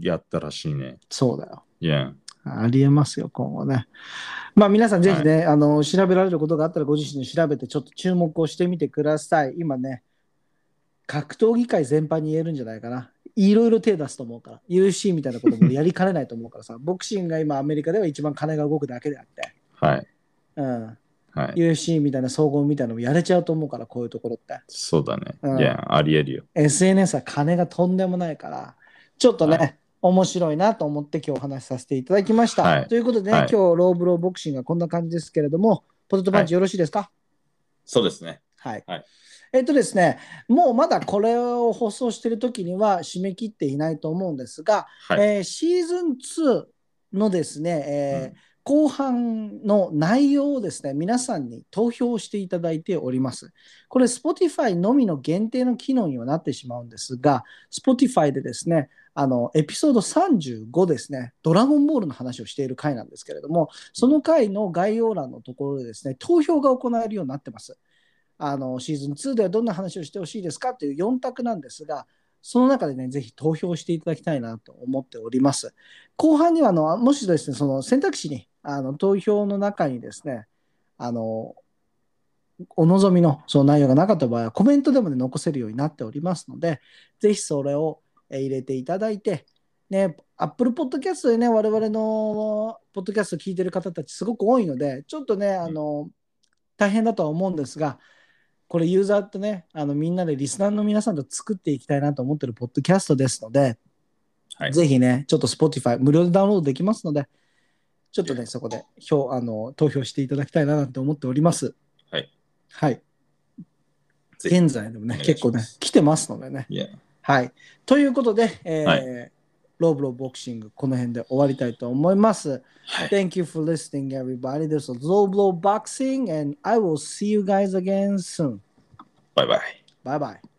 B: やったらしいね。
A: そうだよ。
B: いや、
A: ありえますよ、今後ね。まあ皆さんぜひね、あの、調べられることがあったらご自身で調べてちょっと注目をしてみてください。今ね、格闘技界全般に言えるんじゃないかな。いろいろ手出すと思うから、UFC みたいなこともやりかねないと思うからさ、 ボクシングが今アメリカでは一番金が動くだけであって、
B: はい、
A: うん、
B: はい。
A: UFC みたいな総合みたいなのもやれちゃうと思うから、こういうところって。
B: そうだね。
A: うん
B: いや、ありえるよ。
A: SNS は金がとんでもないから、ちょっとね、
B: は
A: 面白いなと思って今日お話しさせていただきました。
B: はい
A: ということでね、
B: はい
A: 今日ローブローボクシングはこんな感じですけれども、ポテトパンチよろしいですか
B: そうですね。
A: はい。
B: はい
A: えっとですね、もうまだこれを放送している時には締め切っていないと思うんですが、
B: はい。
A: えーシーズン2のですね、えー
B: うん
A: 後半の内容をですね、皆さんに投票していただいております。これ、Spotify のみの限定の機能にはなってしまうんですが、Spotify でですね、あのエピソード35ですね、ドラゴンボールの話をしている回なんですけれども、その回の概要欄のところでですね、投票が行えるようになってます。あのシーズン2ではどんな話をしてほしいですかという4択なんですが、その中でね、ぜひ投票していただきたいなと思っております。後半にはあの、もしですね、その選択肢に、あの投票の中にですね、あの、お望みのその内容がなかった場合は、コメントでも、ね、残せるようになっておりますので、ぜひそれをえー入れていただいて、ね、Apple Podcast でね、我々のポッドキャストを聞いてる方たちすごく多いので、ちょっとね、あの、大変だとは思うんですが、これユーザーってね、あのみんなでリスナーの皆さんと作っていきたいなと思ってるポッドキャストですので、
B: はい
A: ぜひね、ちょっと Spotify 無料でダウンロードできますので、ちょっとね、そこで票あの投票していただきたいななんて思っております。
B: はい。
A: はい。
B: ぜひ
A: 現在でもね
B: お願いしま、す
A: 結構ね、来てますのでね。
B: いや、
A: はい。ということで、えー
B: は
A: ローブローボクシング、この辺で終わりたいと思います。
B: はい。
A: Thank you for listening, everybody. This is Low Blow Boxing, and I will see you guys again soon.
B: バイバイ。
A: Bye bye.